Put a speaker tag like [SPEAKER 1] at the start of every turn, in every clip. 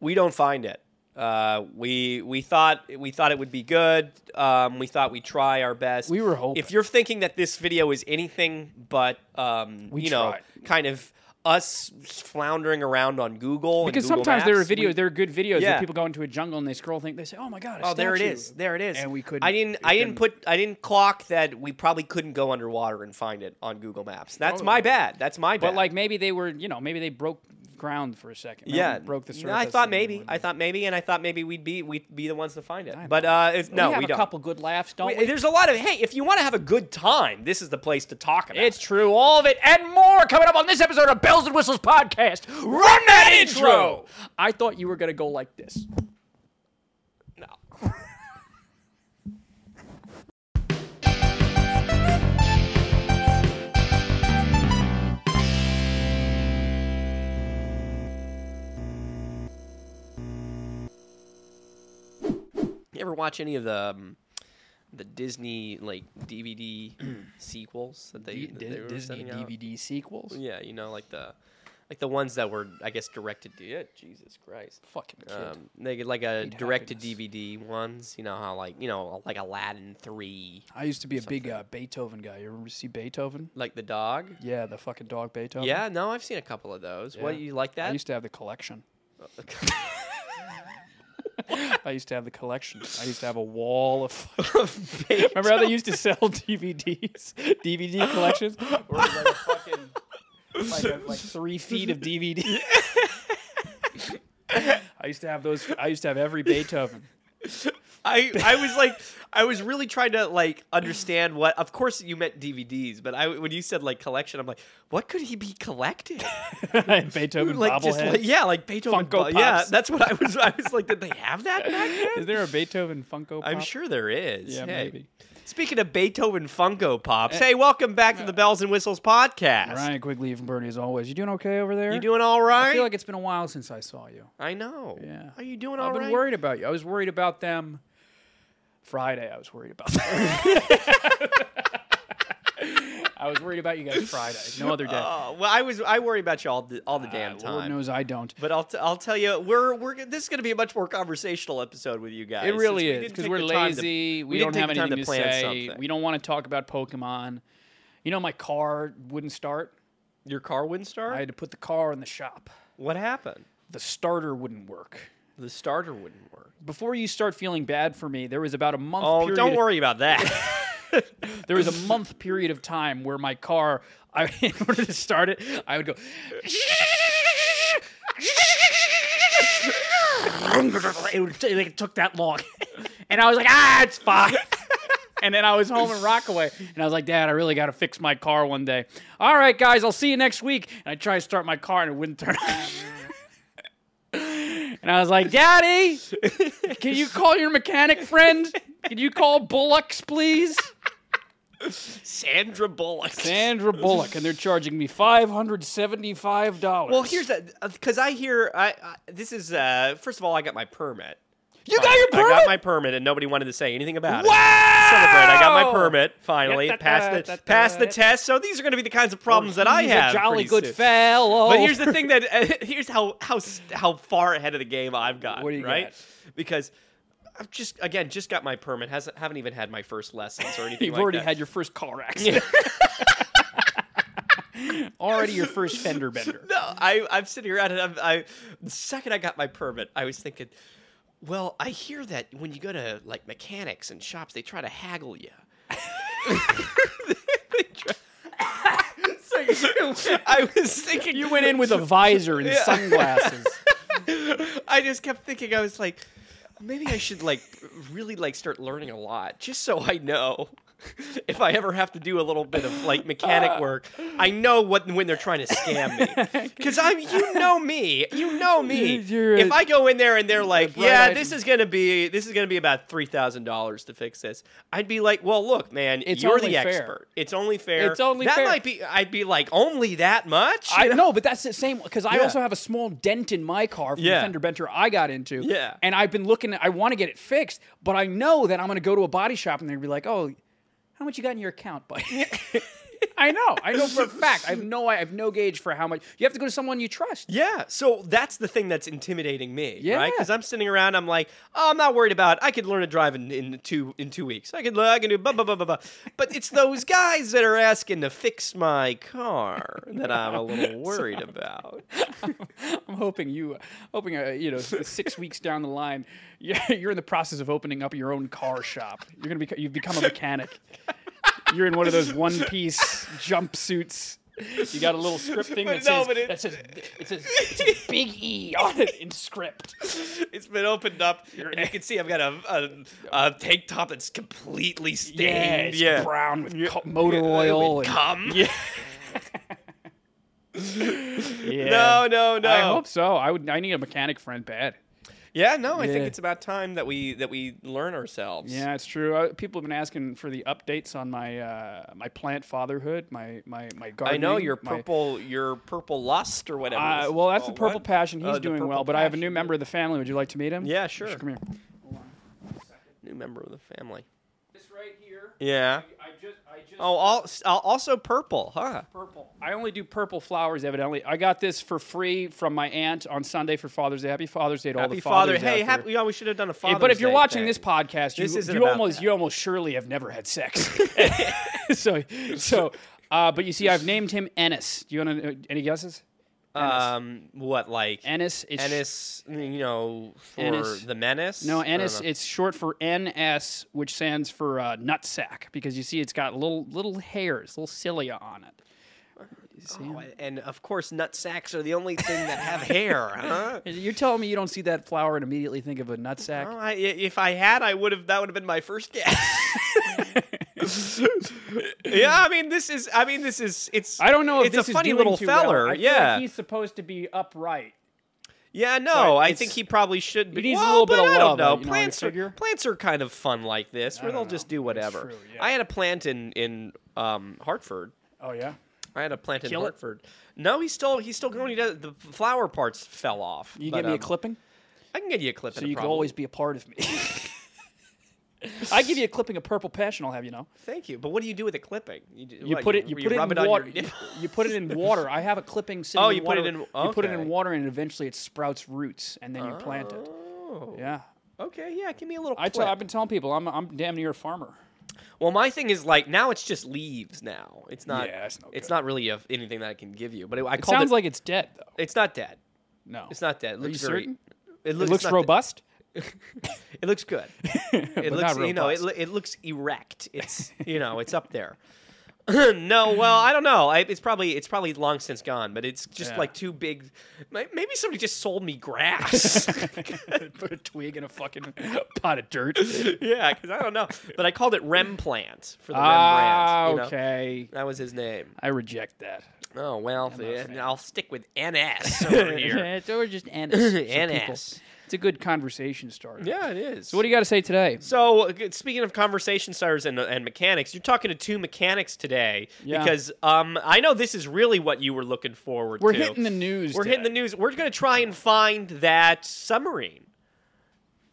[SPEAKER 1] we don't find it. Uh, we we thought we thought it would be good. Um, we thought we'd try our best.
[SPEAKER 2] We were hoping.
[SPEAKER 1] If you're thinking that this video is anything but um,
[SPEAKER 2] We
[SPEAKER 1] you
[SPEAKER 2] tried.
[SPEAKER 1] know, kind of us floundering around on Google and
[SPEAKER 2] Because
[SPEAKER 1] Google
[SPEAKER 2] sometimes there are
[SPEAKER 1] Maps, we-
[SPEAKER 2] videos, there are good videos
[SPEAKER 1] Yeah.
[SPEAKER 2] where people go into a jungle and they scroll, think they say, "Oh my god, a
[SPEAKER 1] Oh, there it
[SPEAKER 2] statue."
[SPEAKER 1] is. There it is.
[SPEAKER 2] And we couldn't.
[SPEAKER 1] I didn't.
[SPEAKER 2] we
[SPEAKER 1] I didn't
[SPEAKER 2] couldn't-
[SPEAKER 1] put. I didn't clock that we probably couldn't go underwater and find it on Google Maps. That's
[SPEAKER 2] Oh.
[SPEAKER 1] my bad. That's my bad.
[SPEAKER 2] But like maybe they were, you know, maybe they broke ground for a second. Maybe
[SPEAKER 1] yeah,
[SPEAKER 2] broke the surface.
[SPEAKER 1] I thought
[SPEAKER 2] and
[SPEAKER 1] maybe.
[SPEAKER 2] whatnot.
[SPEAKER 1] I thought maybe, and I thought maybe we'd be we'd be the ones to find it.
[SPEAKER 2] I
[SPEAKER 1] But uh, it's, no,
[SPEAKER 2] we
[SPEAKER 1] we,
[SPEAKER 2] have a
[SPEAKER 1] don't.
[SPEAKER 2] couple good laughs, don't
[SPEAKER 1] We-
[SPEAKER 2] we?
[SPEAKER 1] There's a lot of hey. If you want to have a good time, this is the place to talk about.
[SPEAKER 2] It's true, all of it and more coming up on this episode of Bells and Whistles podcast. Run that intro. I thought you were gonna go like this.
[SPEAKER 1] You ever watch any of the um, the Disney like DVD sequels that they,
[SPEAKER 2] D-
[SPEAKER 1] that
[SPEAKER 2] Dis-
[SPEAKER 1] they were
[SPEAKER 2] Disney
[SPEAKER 1] sending out?
[SPEAKER 2] DVD sequels.
[SPEAKER 1] Yeah, you know, like the like the ones that were, I guess, directed to it. Jesus Christ.
[SPEAKER 2] Fucking kid.
[SPEAKER 1] Um, they get like a
[SPEAKER 2] Need
[SPEAKER 1] direct to
[SPEAKER 2] happiness.
[SPEAKER 1] DVD ones. You know how like you know like Aladdin three,
[SPEAKER 2] I used to be a big uh, Beethoven guy. You ever see Beethoven?
[SPEAKER 1] like the dog.
[SPEAKER 2] Yeah, the fucking dog Beethoven.
[SPEAKER 1] Yeah, no, I've seen a couple of those. What
[SPEAKER 2] Yeah.
[SPEAKER 1] you like
[SPEAKER 2] I
[SPEAKER 1] that?
[SPEAKER 2] used to have the collection. I used to have the collection. I used to have a wall of. Remember how they used to sell DVDs, DVD collections, Where it was like, a fucking, like, a- like three feet of DVD. I used to have those. I used to have every Beethoven.
[SPEAKER 1] I I was like I was really trying to like understand what. Of course, you meant DVDs, but I when you said like collection, I'm like, what could he be collecting?
[SPEAKER 2] Beethoven
[SPEAKER 1] like just
[SPEAKER 2] bobbleheads.
[SPEAKER 1] like, yeah, like Beethoven.
[SPEAKER 2] Funko
[SPEAKER 1] bo- yeah,
[SPEAKER 2] Pops.
[SPEAKER 1] that's what I was. I was like, did they have that back then?
[SPEAKER 2] Is there a Beethoven Funko?
[SPEAKER 1] I'm
[SPEAKER 2] Pop?
[SPEAKER 1] sure there is.
[SPEAKER 2] Yeah,
[SPEAKER 1] Hey.
[SPEAKER 2] maybe. Eh.
[SPEAKER 1] Speaking of Beethoven Funko Pops, hey, welcome back to the Bells and Whistles podcast.
[SPEAKER 2] Ryan Quigley from Bernie, as always. You doing okay over there?
[SPEAKER 1] You doing all right?
[SPEAKER 2] I feel like it's been a while since I saw you.
[SPEAKER 1] I know.
[SPEAKER 2] Yeah.
[SPEAKER 1] Are you doing all
[SPEAKER 2] I've
[SPEAKER 1] right?
[SPEAKER 2] been worried about you. I was worried about them Friday. I was worried about them. I was worried about you guys Friday. No other day.
[SPEAKER 1] Oh, well, I was. I worry about you all the all the damn
[SPEAKER 2] Uh, Lord
[SPEAKER 1] time.
[SPEAKER 2] knows I don't.
[SPEAKER 1] But I'll, t- I'll tell you, we're we're g- this is going to be a much more conversational episode with you guys.
[SPEAKER 2] It really
[SPEAKER 1] since we
[SPEAKER 2] is
[SPEAKER 1] didn't
[SPEAKER 2] because
[SPEAKER 1] take
[SPEAKER 2] we're
[SPEAKER 1] the time to-
[SPEAKER 2] lazy. we,
[SPEAKER 1] didn't
[SPEAKER 2] don't have
[SPEAKER 1] take the time
[SPEAKER 2] anything to,
[SPEAKER 1] to plan
[SPEAKER 2] say.
[SPEAKER 1] something.
[SPEAKER 2] We don't want to talk about Pokemon. You know, my car wouldn't start.
[SPEAKER 1] Your car wouldn't start.
[SPEAKER 2] I had to put the car in the shop.
[SPEAKER 1] What happened?
[SPEAKER 2] The starter wouldn't work.
[SPEAKER 1] The starter wouldn't work.
[SPEAKER 2] Before you start feeling bad for me, there was about a month.
[SPEAKER 1] Oh,
[SPEAKER 2] period
[SPEAKER 1] don't
[SPEAKER 2] of
[SPEAKER 1] worry about that.
[SPEAKER 2] There was a month period of time where my car, I, in order to start it, I would go. It, would, it took that long, and I was like, "Ah, it's fine." And then I was home in Rockaway, and I was like, "Dad, I really got to fix my car one day." All right, guys, I'll see you next week. And I tried to start my car, and it wouldn't turn. on. and I was like, "Daddy, can you call your mechanic friend? Can you call Bullocks, please?"
[SPEAKER 1] Sandra Bullock.
[SPEAKER 2] Sandra Bullock, and they're charging me five hundred seventy-five dollars.
[SPEAKER 1] well, here's that because I hear I, I this is uh, first of all I got my permit.
[SPEAKER 2] you got your permit.
[SPEAKER 1] I got my permit, and nobody wanted to say anything about it.
[SPEAKER 2] wow!
[SPEAKER 1] Celebrate! I got my permit finally.
[SPEAKER 2] Yeah, da,
[SPEAKER 1] Passed
[SPEAKER 2] da,
[SPEAKER 1] the
[SPEAKER 2] da, da.
[SPEAKER 1] passed the test. So these are going to be the kinds of problems that I
[SPEAKER 2] He's
[SPEAKER 1] have.
[SPEAKER 2] A jolly
[SPEAKER 1] pretty
[SPEAKER 2] good Oh,
[SPEAKER 1] soon.
[SPEAKER 2] fellow.
[SPEAKER 1] But here's the thing that uh, here's how how s- how far ahead of the game I've got,
[SPEAKER 2] What do you
[SPEAKER 1] right? Because I've just again just got my permit, hasn't haven't even had my first lessons or anything.
[SPEAKER 2] You've
[SPEAKER 1] like uh,
[SPEAKER 2] already
[SPEAKER 1] that.
[SPEAKER 2] had your first car accident. already your first fender bender.
[SPEAKER 1] No, I I'm sitting around and I'm, I the second I got my permit, I was thinking, well, I hear that when you go to like mechanics and shops, they try to haggle you. They try- I was thinking
[SPEAKER 2] You went in with a visor and sunglasses.
[SPEAKER 1] I just kept thinking I was like, maybe I should like really like start learning a lot just so I know if I ever have to do a little bit of like
[SPEAKER 2] Uh.
[SPEAKER 1] mechanic work, I know what when they're trying to scam me. Because I'm you know me, you know me.
[SPEAKER 2] You're-
[SPEAKER 1] if I go in there and they're like,
[SPEAKER 2] bright-eyed
[SPEAKER 1] yeah, this
[SPEAKER 2] and-
[SPEAKER 1] is gonna be this is gonna be about three thousand dollars to fix this, I'd be like, well, look, man,
[SPEAKER 2] It's
[SPEAKER 1] you're
[SPEAKER 2] only
[SPEAKER 1] the
[SPEAKER 2] fair.
[SPEAKER 1] expert. It's only fair.
[SPEAKER 2] It's only
[SPEAKER 1] that
[SPEAKER 2] fair.
[SPEAKER 1] might be. I'd be like, only that much.
[SPEAKER 2] I know, but that's the same because I
[SPEAKER 1] Yeah.
[SPEAKER 2] also have a small dent in my car from
[SPEAKER 1] Yeah.
[SPEAKER 2] the fender bender I got into.
[SPEAKER 1] Yeah.
[SPEAKER 2] and I've been looking. I want to get it fixed, but I know that I'm going to go to a body shop and they're going to be like, "Oh, how much you got in your account, buddy?" I I know. I know for a fact. I have no. I have no gauge for how much. You have to go to someone you trust.
[SPEAKER 1] Yeah, so that's the thing that's intimidating me,
[SPEAKER 2] Yeah.
[SPEAKER 1] right? Because I'm sitting around, I'm like, oh, I'm not worried about. It. I could learn to drive in, in two in two weeks. I could I can do blah blah blah blah blah. But it's those guys that are asking to fix my car that I'm a little worried about.
[SPEAKER 2] I'm hoping you, hoping uh, you know, s- six weeks down the line, you- you're in the process of opening up your own car shop. You're gonna be, you've become a mechanic. You're in one of those one-piece jumpsuits. You got a little script thing that
[SPEAKER 1] But no,
[SPEAKER 2] says,
[SPEAKER 1] but it-
[SPEAKER 2] that says it says it says big E on it in script.
[SPEAKER 1] It's been opened up, and you can see I've got a a, a tank top that's completely
[SPEAKER 2] Yeah,
[SPEAKER 1] stained.
[SPEAKER 2] it's brown with co- motor oil.
[SPEAKER 1] With
[SPEAKER 2] and-
[SPEAKER 1] cum. Yeah.
[SPEAKER 2] yeah.
[SPEAKER 1] No, no, no.
[SPEAKER 2] I hope so. I would. I need a mechanic friend bad.
[SPEAKER 1] Yeah, no, I think
[SPEAKER 2] Yeah.
[SPEAKER 1] it's about time that we that we learn ourselves.
[SPEAKER 2] Yeah, it's true. Uh, people have been asking for the updates on my uh, my plant fatherhood, my my my
[SPEAKER 1] I
[SPEAKER 2] gardening.
[SPEAKER 1] know your
[SPEAKER 2] my-
[SPEAKER 1] purple, your purple lust or whatever.
[SPEAKER 2] Uh,
[SPEAKER 1] it's
[SPEAKER 2] well, that's the
[SPEAKER 1] called.
[SPEAKER 2] purple
[SPEAKER 1] What?
[SPEAKER 2] passion.
[SPEAKER 1] Uh,
[SPEAKER 2] He's
[SPEAKER 1] the
[SPEAKER 2] doing
[SPEAKER 1] Purple
[SPEAKER 2] well, but I have a
[SPEAKER 1] Passion.
[SPEAKER 2] new member of the family. Would you like to meet him?
[SPEAKER 1] Yeah, sure.
[SPEAKER 2] Come here.
[SPEAKER 1] New member of the family.
[SPEAKER 2] This right here.
[SPEAKER 1] Yeah.
[SPEAKER 2] I just I just
[SPEAKER 1] Oh, all, also purple, huh?
[SPEAKER 2] purple. I only do purple flowers. Evidently, I got this for free from my aunt on Sunday for Father's Day. Happy Father's Day to all
[SPEAKER 1] Happy
[SPEAKER 2] the
[SPEAKER 1] Father.
[SPEAKER 2] fathers
[SPEAKER 1] Hey,
[SPEAKER 2] out there.
[SPEAKER 1] happy. Yeah, we should have done a
[SPEAKER 2] Yeah,
[SPEAKER 1] Father.
[SPEAKER 2] but if you're watching this podcast, you,
[SPEAKER 1] This isn't
[SPEAKER 2] you
[SPEAKER 1] about
[SPEAKER 2] almost you almost surely have never had sex. so so, uh, but you see, I've named him Ennis. Do you want to, uh, any guesses?
[SPEAKER 1] um, what like
[SPEAKER 2] Ennis. It's
[SPEAKER 1] Ennis, you know, for
[SPEAKER 2] Ennis.
[SPEAKER 1] the menace.
[SPEAKER 2] No,
[SPEAKER 1] I don't
[SPEAKER 2] Ennis.
[SPEAKER 1] know.
[SPEAKER 2] It's short for NS, which stands for uh, nutsack, because you see, it's got little little hairs, little cilia on it. You see
[SPEAKER 1] Oh,
[SPEAKER 2] 'em?
[SPEAKER 1] and of course, nut sacks are the only thing that have hair, huh?
[SPEAKER 2] You're telling me you don't see that flower and immediately think of a nutsack?
[SPEAKER 1] Oh, I, i- if I had, I would have. That would have been my first guess. yeah, I mean, this is. I mean, this is. It's.
[SPEAKER 2] I don't know if
[SPEAKER 1] it's
[SPEAKER 2] this
[SPEAKER 1] a
[SPEAKER 2] is
[SPEAKER 1] funny
[SPEAKER 2] doing
[SPEAKER 1] little
[SPEAKER 2] too well.
[SPEAKER 1] feller.
[SPEAKER 2] I feel like
[SPEAKER 1] yeah,
[SPEAKER 2] he's supposed to be upright.
[SPEAKER 1] yeah. No,
[SPEAKER 2] but
[SPEAKER 1] I
[SPEAKER 2] it's-
[SPEAKER 1] think he probably should be.
[SPEAKER 2] needs a
[SPEAKER 1] well,
[SPEAKER 2] little bit
[SPEAKER 1] but
[SPEAKER 2] of
[SPEAKER 1] I
[SPEAKER 2] love,
[SPEAKER 1] don't
[SPEAKER 2] uh,
[SPEAKER 1] know.
[SPEAKER 2] you know, I
[SPEAKER 1] plants
[SPEAKER 2] figure.
[SPEAKER 1] are plants are kind of fun like this, where
[SPEAKER 2] don't
[SPEAKER 1] they'll just
[SPEAKER 2] know.
[SPEAKER 1] do
[SPEAKER 2] That's
[SPEAKER 1] whatever.
[SPEAKER 2] true, yeah.
[SPEAKER 1] I had a plant in in um, Hartford.
[SPEAKER 2] Oh yeah.
[SPEAKER 1] I had a plant in
[SPEAKER 2] Kill it?
[SPEAKER 1] Hartford. No, he's still he's still growing. He does, the flower parts fell off.
[SPEAKER 2] You
[SPEAKER 1] but,
[SPEAKER 2] give me a
[SPEAKER 1] um,
[SPEAKER 2] clipping,
[SPEAKER 1] I can get you a clip.
[SPEAKER 2] so you can always be a part of me. I give you a clipping of purple passion. I'll have you know.
[SPEAKER 1] Thank you. But what do you do with a clipping? do-
[SPEAKER 2] You
[SPEAKER 1] what,
[SPEAKER 2] put it. You, put it
[SPEAKER 1] rub
[SPEAKER 2] in
[SPEAKER 1] on your
[SPEAKER 2] water.
[SPEAKER 1] nipple?
[SPEAKER 2] you, you put it in water. I have a clipping sitting.
[SPEAKER 1] Oh,
[SPEAKER 2] in
[SPEAKER 1] you put it
[SPEAKER 2] water.
[SPEAKER 1] in-
[SPEAKER 2] You put it in
[SPEAKER 1] okay.
[SPEAKER 2] water, and eventually it sprouts roots, and then you plant it.
[SPEAKER 1] Oh.
[SPEAKER 2] Yeah.
[SPEAKER 1] Okay. Yeah. Give me a little.
[SPEAKER 2] I
[SPEAKER 1] I
[SPEAKER 2] tell, I've been telling people I'm I'm damn near a farmer.
[SPEAKER 1] well, my thing is like now it's just leaves. Now it's not.
[SPEAKER 2] Yeah, that's no
[SPEAKER 1] It's
[SPEAKER 2] good.
[SPEAKER 1] not really a, anything that I can give you. But it, I
[SPEAKER 2] It
[SPEAKER 1] called
[SPEAKER 2] sounds
[SPEAKER 1] it.
[SPEAKER 2] like it's dead though.
[SPEAKER 1] it's not dead.
[SPEAKER 2] No.
[SPEAKER 1] It's not dead. It
[SPEAKER 2] Are you
[SPEAKER 1] looks very-
[SPEAKER 2] certain?
[SPEAKER 1] It,
[SPEAKER 2] It
[SPEAKER 1] looks
[SPEAKER 2] looks
[SPEAKER 1] not
[SPEAKER 2] robust.
[SPEAKER 1] Dead. It looks good.
[SPEAKER 2] but
[SPEAKER 1] It
[SPEAKER 2] not
[SPEAKER 1] looks.
[SPEAKER 2] robust.
[SPEAKER 1] You know. It, lo- it looks erect. It's. You know. It's up there. no, well, I don't know. I, it's probably it's probably long since gone, but it's just
[SPEAKER 2] Yeah.
[SPEAKER 1] like too big. May- Maybe somebody just sold me grass.
[SPEAKER 2] Put a twig in a fucking pot of dirt.
[SPEAKER 1] yeah, because I don't know. But I called it Rem Plant for the
[SPEAKER 2] Ah,
[SPEAKER 1] Rembrandt. You know?
[SPEAKER 2] okay.
[SPEAKER 1] That was his name.
[SPEAKER 2] I reject that.
[SPEAKER 1] Oh, well,
[SPEAKER 2] a
[SPEAKER 1] then I'll stick with NS over here.
[SPEAKER 2] so we're just Ennis. for people.
[SPEAKER 1] NS.
[SPEAKER 2] It's a good conversation starter.
[SPEAKER 1] yeah, it is.
[SPEAKER 2] What do you got to say today?
[SPEAKER 1] so, uh, good- speaking of conversation starters and, and mechanics, you're talking to two mechanics today
[SPEAKER 2] Yeah.
[SPEAKER 1] because um, I know this is really what you were looking forward
[SPEAKER 2] We're
[SPEAKER 1] to.
[SPEAKER 2] hitting the news.
[SPEAKER 1] We're hitting the
[SPEAKER 2] today.
[SPEAKER 1] news. We're going to try and find that submarine.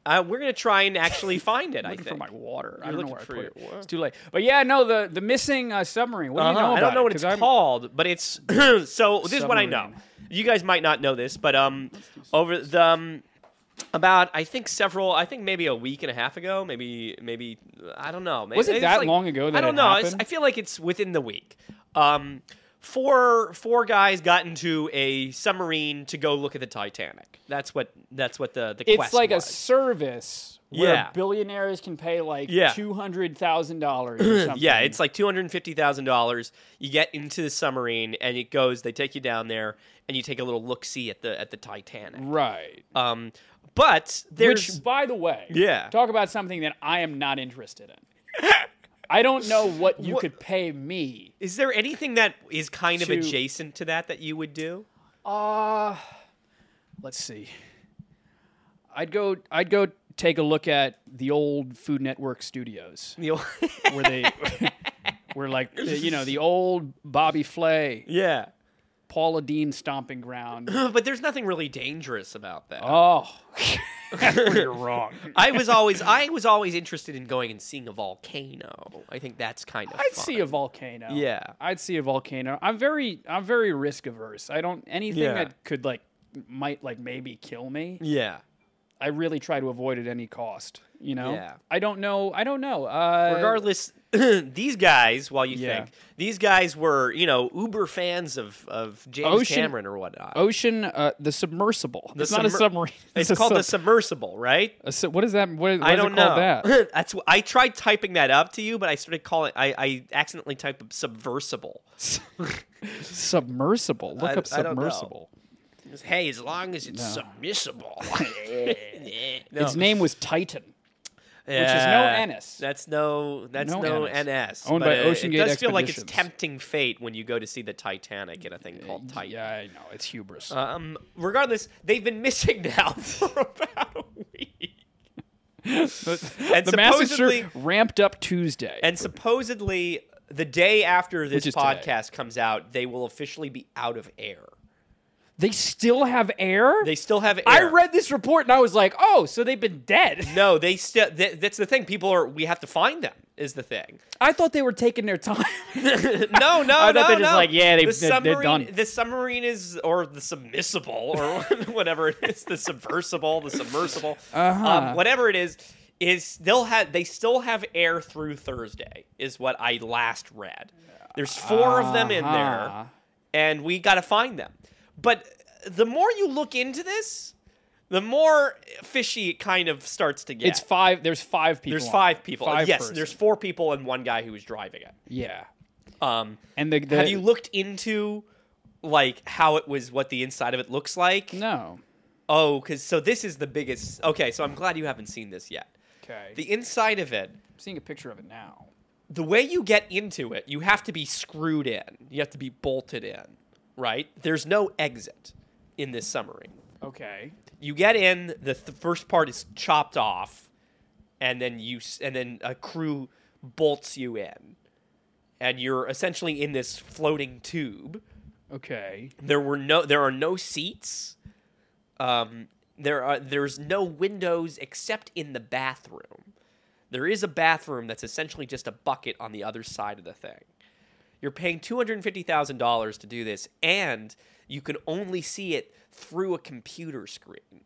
[SPEAKER 1] Uh, we're going to try and actually find it, I
[SPEAKER 2] Looking
[SPEAKER 1] think.
[SPEAKER 2] for my water. I
[SPEAKER 1] You're
[SPEAKER 2] don't
[SPEAKER 1] looking
[SPEAKER 2] know where I
[SPEAKER 1] for
[SPEAKER 2] put
[SPEAKER 1] your
[SPEAKER 2] it.
[SPEAKER 1] water.
[SPEAKER 2] It's too late. But yeah, no, the the missing uh, submarine. What do you
[SPEAKER 1] Uh-huh.
[SPEAKER 2] know about
[SPEAKER 1] I don't know
[SPEAKER 2] it?
[SPEAKER 1] what it's
[SPEAKER 2] 'Cause I'm-
[SPEAKER 1] called, but it's so. This is what I know.
[SPEAKER 2] Submarine.
[SPEAKER 1] You guys might not know this, but um, over the um, about I think several, I think maybe a week and a half ago, maybe maybe I don't know. Maybe,
[SPEAKER 2] Was it
[SPEAKER 1] it's
[SPEAKER 2] that long ago that
[SPEAKER 1] I don't
[SPEAKER 2] it
[SPEAKER 1] know. It's,
[SPEAKER 2] happened?
[SPEAKER 1] I feel like it's within the week. Um, four four guys got into a submarine to go look at the Titanic. That's what that's what the the
[SPEAKER 2] It's
[SPEAKER 1] quest
[SPEAKER 2] like a
[SPEAKER 1] was.
[SPEAKER 2] service where
[SPEAKER 1] Yeah.
[SPEAKER 2] billionaires can pay like
[SPEAKER 1] Yeah.
[SPEAKER 2] two hundred thousand dollars or something.
[SPEAKER 1] Yeah, it's like two hundred and fifty thousand dollars. You get into the submarine, and it goes. They take you down there, and you take a little look see at the at the Titanic.
[SPEAKER 2] right.
[SPEAKER 1] Um, but there's
[SPEAKER 2] Which, by the way,
[SPEAKER 1] Yeah.
[SPEAKER 2] talk about something that I am not interested in. I don't know what you
[SPEAKER 1] What-
[SPEAKER 2] could pay me.
[SPEAKER 1] is there anything that is kind of
[SPEAKER 2] To-
[SPEAKER 1] adjacent to that that you would do?
[SPEAKER 2] Uh let's see. I'd go. I'd go take a look at the old Food Network studios.
[SPEAKER 1] You know-
[SPEAKER 2] where they were like the- you know the old Bobby Flay,
[SPEAKER 1] yeah,
[SPEAKER 2] Paula Dean stomping ground.
[SPEAKER 1] but there's nothing really dangerous about that.
[SPEAKER 2] Oh, You're wrong.
[SPEAKER 1] I was always I was always interested in going and seeing a volcano. I think that's kind of
[SPEAKER 2] I'd
[SPEAKER 1] fun.
[SPEAKER 2] see a volcano.
[SPEAKER 1] Yeah.
[SPEAKER 2] I'd see a volcano. I'm very I'm very risk averse. I don't anything
[SPEAKER 1] Yeah.
[SPEAKER 2] that could like might like maybe kill me.
[SPEAKER 1] yeah.
[SPEAKER 2] I really try to avoid at any cost. You know.
[SPEAKER 1] Yeah.
[SPEAKER 2] I don't know. I don't know. Uh,
[SPEAKER 1] Regardless, these guys, while you
[SPEAKER 2] Yeah.
[SPEAKER 1] think these guys were, you know, uber fans of of James
[SPEAKER 2] Ocean-
[SPEAKER 1] Cameron or whatnot.
[SPEAKER 2] Ocean, uh, the submersible.
[SPEAKER 1] The
[SPEAKER 2] it's not a
[SPEAKER 1] submer-
[SPEAKER 2] submarine.
[SPEAKER 1] it's
[SPEAKER 2] a
[SPEAKER 1] called the
[SPEAKER 2] sub-
[SPEAKER 1] submersible, right?
[SPEAKER 2] a sub- what is that? What, what
[SPEAKER 1] I
[SPEAKER 2] is
[SPEAKER 1] don't
[SPEAKER 2] it called
[SPEAKER 1] know.
[SPEAKER 2] that?
[SPEAKER 1] That's wh- I tried typing that up to you, but I started calling. I, I accidentally typed subversible.
[SPEAKER 2] submersible. Look
[SPEAKER 1] I-
[SPEAKER 2] up
[SPEAKER 1] I don't know.
[SPEAKER 2] submersible.
[SPEAKER 1] It's, Hey, as long as it's submissible. No.
[SPEAKER 2] Its name was Titan.
[SPEAKER 1] Yeah.
[SPEAKER 2] NS.
[SPEAKER 1] That's no. That's
[SPEAKER 2] No
[SPEAKER 1] no,
[SPEAKER 2] NS.
[SPEAKER 1] NS.
[SPEAKER 2] Owned
[SPEAKER 1] but
[SPEAKER 2] by
[SPEAKER 1] it-
[SPEAKER 2] Ocean
[SPEAKER 1] it,
[SPEAKER 2] Gate
[SPEAKER 1] does feel like it's
[SPEAKER 2] Expeditions. Uh,
[SPEAKER 1] tempting fate when you go to see the Titanic in a thing called Titan.
[SPEAKER 2] Yeah, I know. It's hubris.
[SPEAKER 1] Um, regardless, they've been missing now for about a week. and
[SPEAKER 2] the
[SPEAKER 1] supposedly,
[SPEAKER 2] massacre ramped up Tuesday.
[SPEAKER 1] and supposedly, the day after this
[SPEAKER 2] is today.
[SPEAKER 1] podcast comes out, they will officially be out of air.
[SPEAKER 2] they still have air?
[SPEAKER 1] They still have air.
[SPEAKER 2] I read this report and I was like, oh, so they've been dead.
[SPEAKER 1] No, they still. Th- that's the thing. People are. We have to find them. Is the thing.
[SPEAKER 2] I thought they were taking their time.
[SPEAKER 1] no, no,
[SPEAKER 2] I thought
[SPEAKER 1] no,
[SPEAKER 2] they're just
[SPEAKER 1] no.
[SPEAKER 2] like, yeah, they-
[SPEAKER 1] the
[SPEAKER 2] they're- they're
[SPEAKER 1] submarine,
[SPEAKER 2] done.
[SPEAKER 1] The submarine is, or the submissible, or whatever it is, the subversible, the submersible,
[SPEAKER 2] Uh-huh.
[SPEAKER 1] um, whatever it is, is still have they still have air through Thursday, is what I last read. There's 4 of them in
[SPEAKER 2] Uh-huh.
[SPEAKER 1] there, and we got to find them. But the more you look into this, the more fishy it kind of starts to get.
[SPEAKER 2] It's five. There's five people.
[SPEAKER 1] there's
[SPEAKER 2] on
[SPEAKER 1] five
[SPEAKER 2] it.
[SPEAKER 1] people.
[SPEAKER 2] Five
[SPEAKER 1] yes,
[SPEAKER 2] person.
[SPEAKER 1] there's four people and one guy who was driving it.
[SPEAKER 2] yeah.
[SPEAKER 1] Um,
[SPEAKER 2] And the, the
[SPEAKER 1] have you looked into like how it was what the inside of it looks like
[SPEAKER 2] no.
[SPEAKER 1] oh because so this is the biggest okay so i'm glad you haven't seen this yet
[SPEAKER 2] Okay.
[SPEAKER 1] the inside of it
[SPEAKER 2] I'm seeing a picture of it now.
[SPEAKER 1] the way you get into it you have to be screwed in you have to be bolted in right there's no exit in this submarine
[SPEAKER 2] Okay.
[SPEAKER 1] you get in the th- first part is chopped off and then you s- and then a crew bolts you in and you're essentially in this floating tube
[SPEAKER 2] Okay.
[SPEAKER 1] There were no. There are no seats. Um, there are. There's no windows except in the bathroom. There is a bathroom that's essentially just a bucket on the other side of the thing. You're paying two hundred fifty thousand dollars to do this, and you can only see it through a computer screen.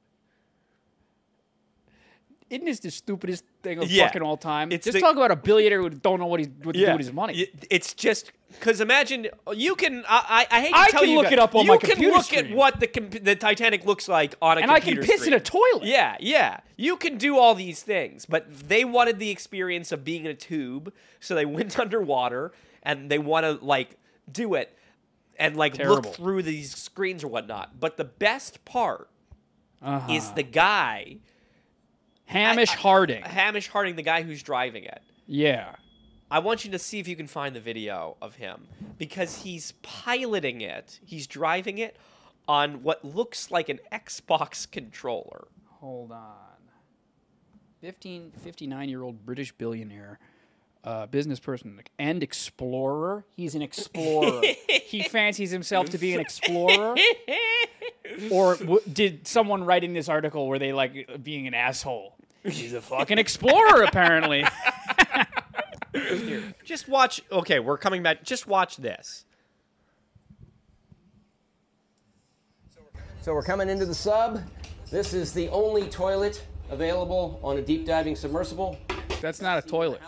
[SPEAKER 2] Isn't this the stupidest thing of
[SPEAKER 1] Yeah.
[SPEAKER 2] fucking all time?
[SPEAKER 1] It's
[SPEAKER 2] Just
[SPEAKER 1] the-
[SPEAKER 2] talk about a billionaire who don't know what he's what to do with his money.
[SPEAKER 1] Y- It's just because imagine you can. I, I I hate to
[SPEAKER 2] I
[SPEAKER 1] tell
[SPEAKER 2] can
[SPEAKER 1] you
[SPEAKER 2] look
[SPEAKER 1] guys-
[SPEAKER 2] it up on
[SPEAKER 1] you
[SPEAKER 2] my
[SPEAKER 1] can
[SPEAKER 2] computer
[SPEAKER 1] look
[SPEAKER 2] screen.
[SPEAKER 1] at what the com- the Titanic looks like on a
[SPEAKER 2] and I
[SPEAKER 1] computer
[SPEAKER 2] can piss
[SPEAKER 1] screen.
[SPEAKER 2] in a toilet.
[SPEAKER 1] Yeah, yeah. You can do all these things, but they wanted the experience of being in a tube, so they went underwater and they want to like do it and like
[SPEAKER 2] Terrible.
[SPEAKER 1] look through these screens or whatnot. But the best part
[SPEAKER 2] Uh-huh.
[SPEAKER 1] is the guy
[SPEAKER 2] Hamish
[SPEAKER 1] I- I-
[SPEAKER 2] Harding.
[SPEAKER 1] Hamish Harding, the guy who's driving it.
[SPEAKER 2] yeah.
[SPEAKER 1] I want you to see if you can find the video of him because he's piloting it. He's driving it on what looks like an Xbox controller.
[SPEAKER 2] Hold on. 15, 59 year old British billionaire, uh, business person, and explorer. He's an explorer. he fancies himself to be an explorer. or w- did someone write in this article where they like being an asshole? He's a fucking explorer, apparently.
[SPEAKER 1] Just watch. Okay, we're coming back. Just watch this.
[SPEAKER 3] So we're coming into the sub. This is the only toilet available on a deep diving submersible.
[SPEAKER 2] That's not a toilet.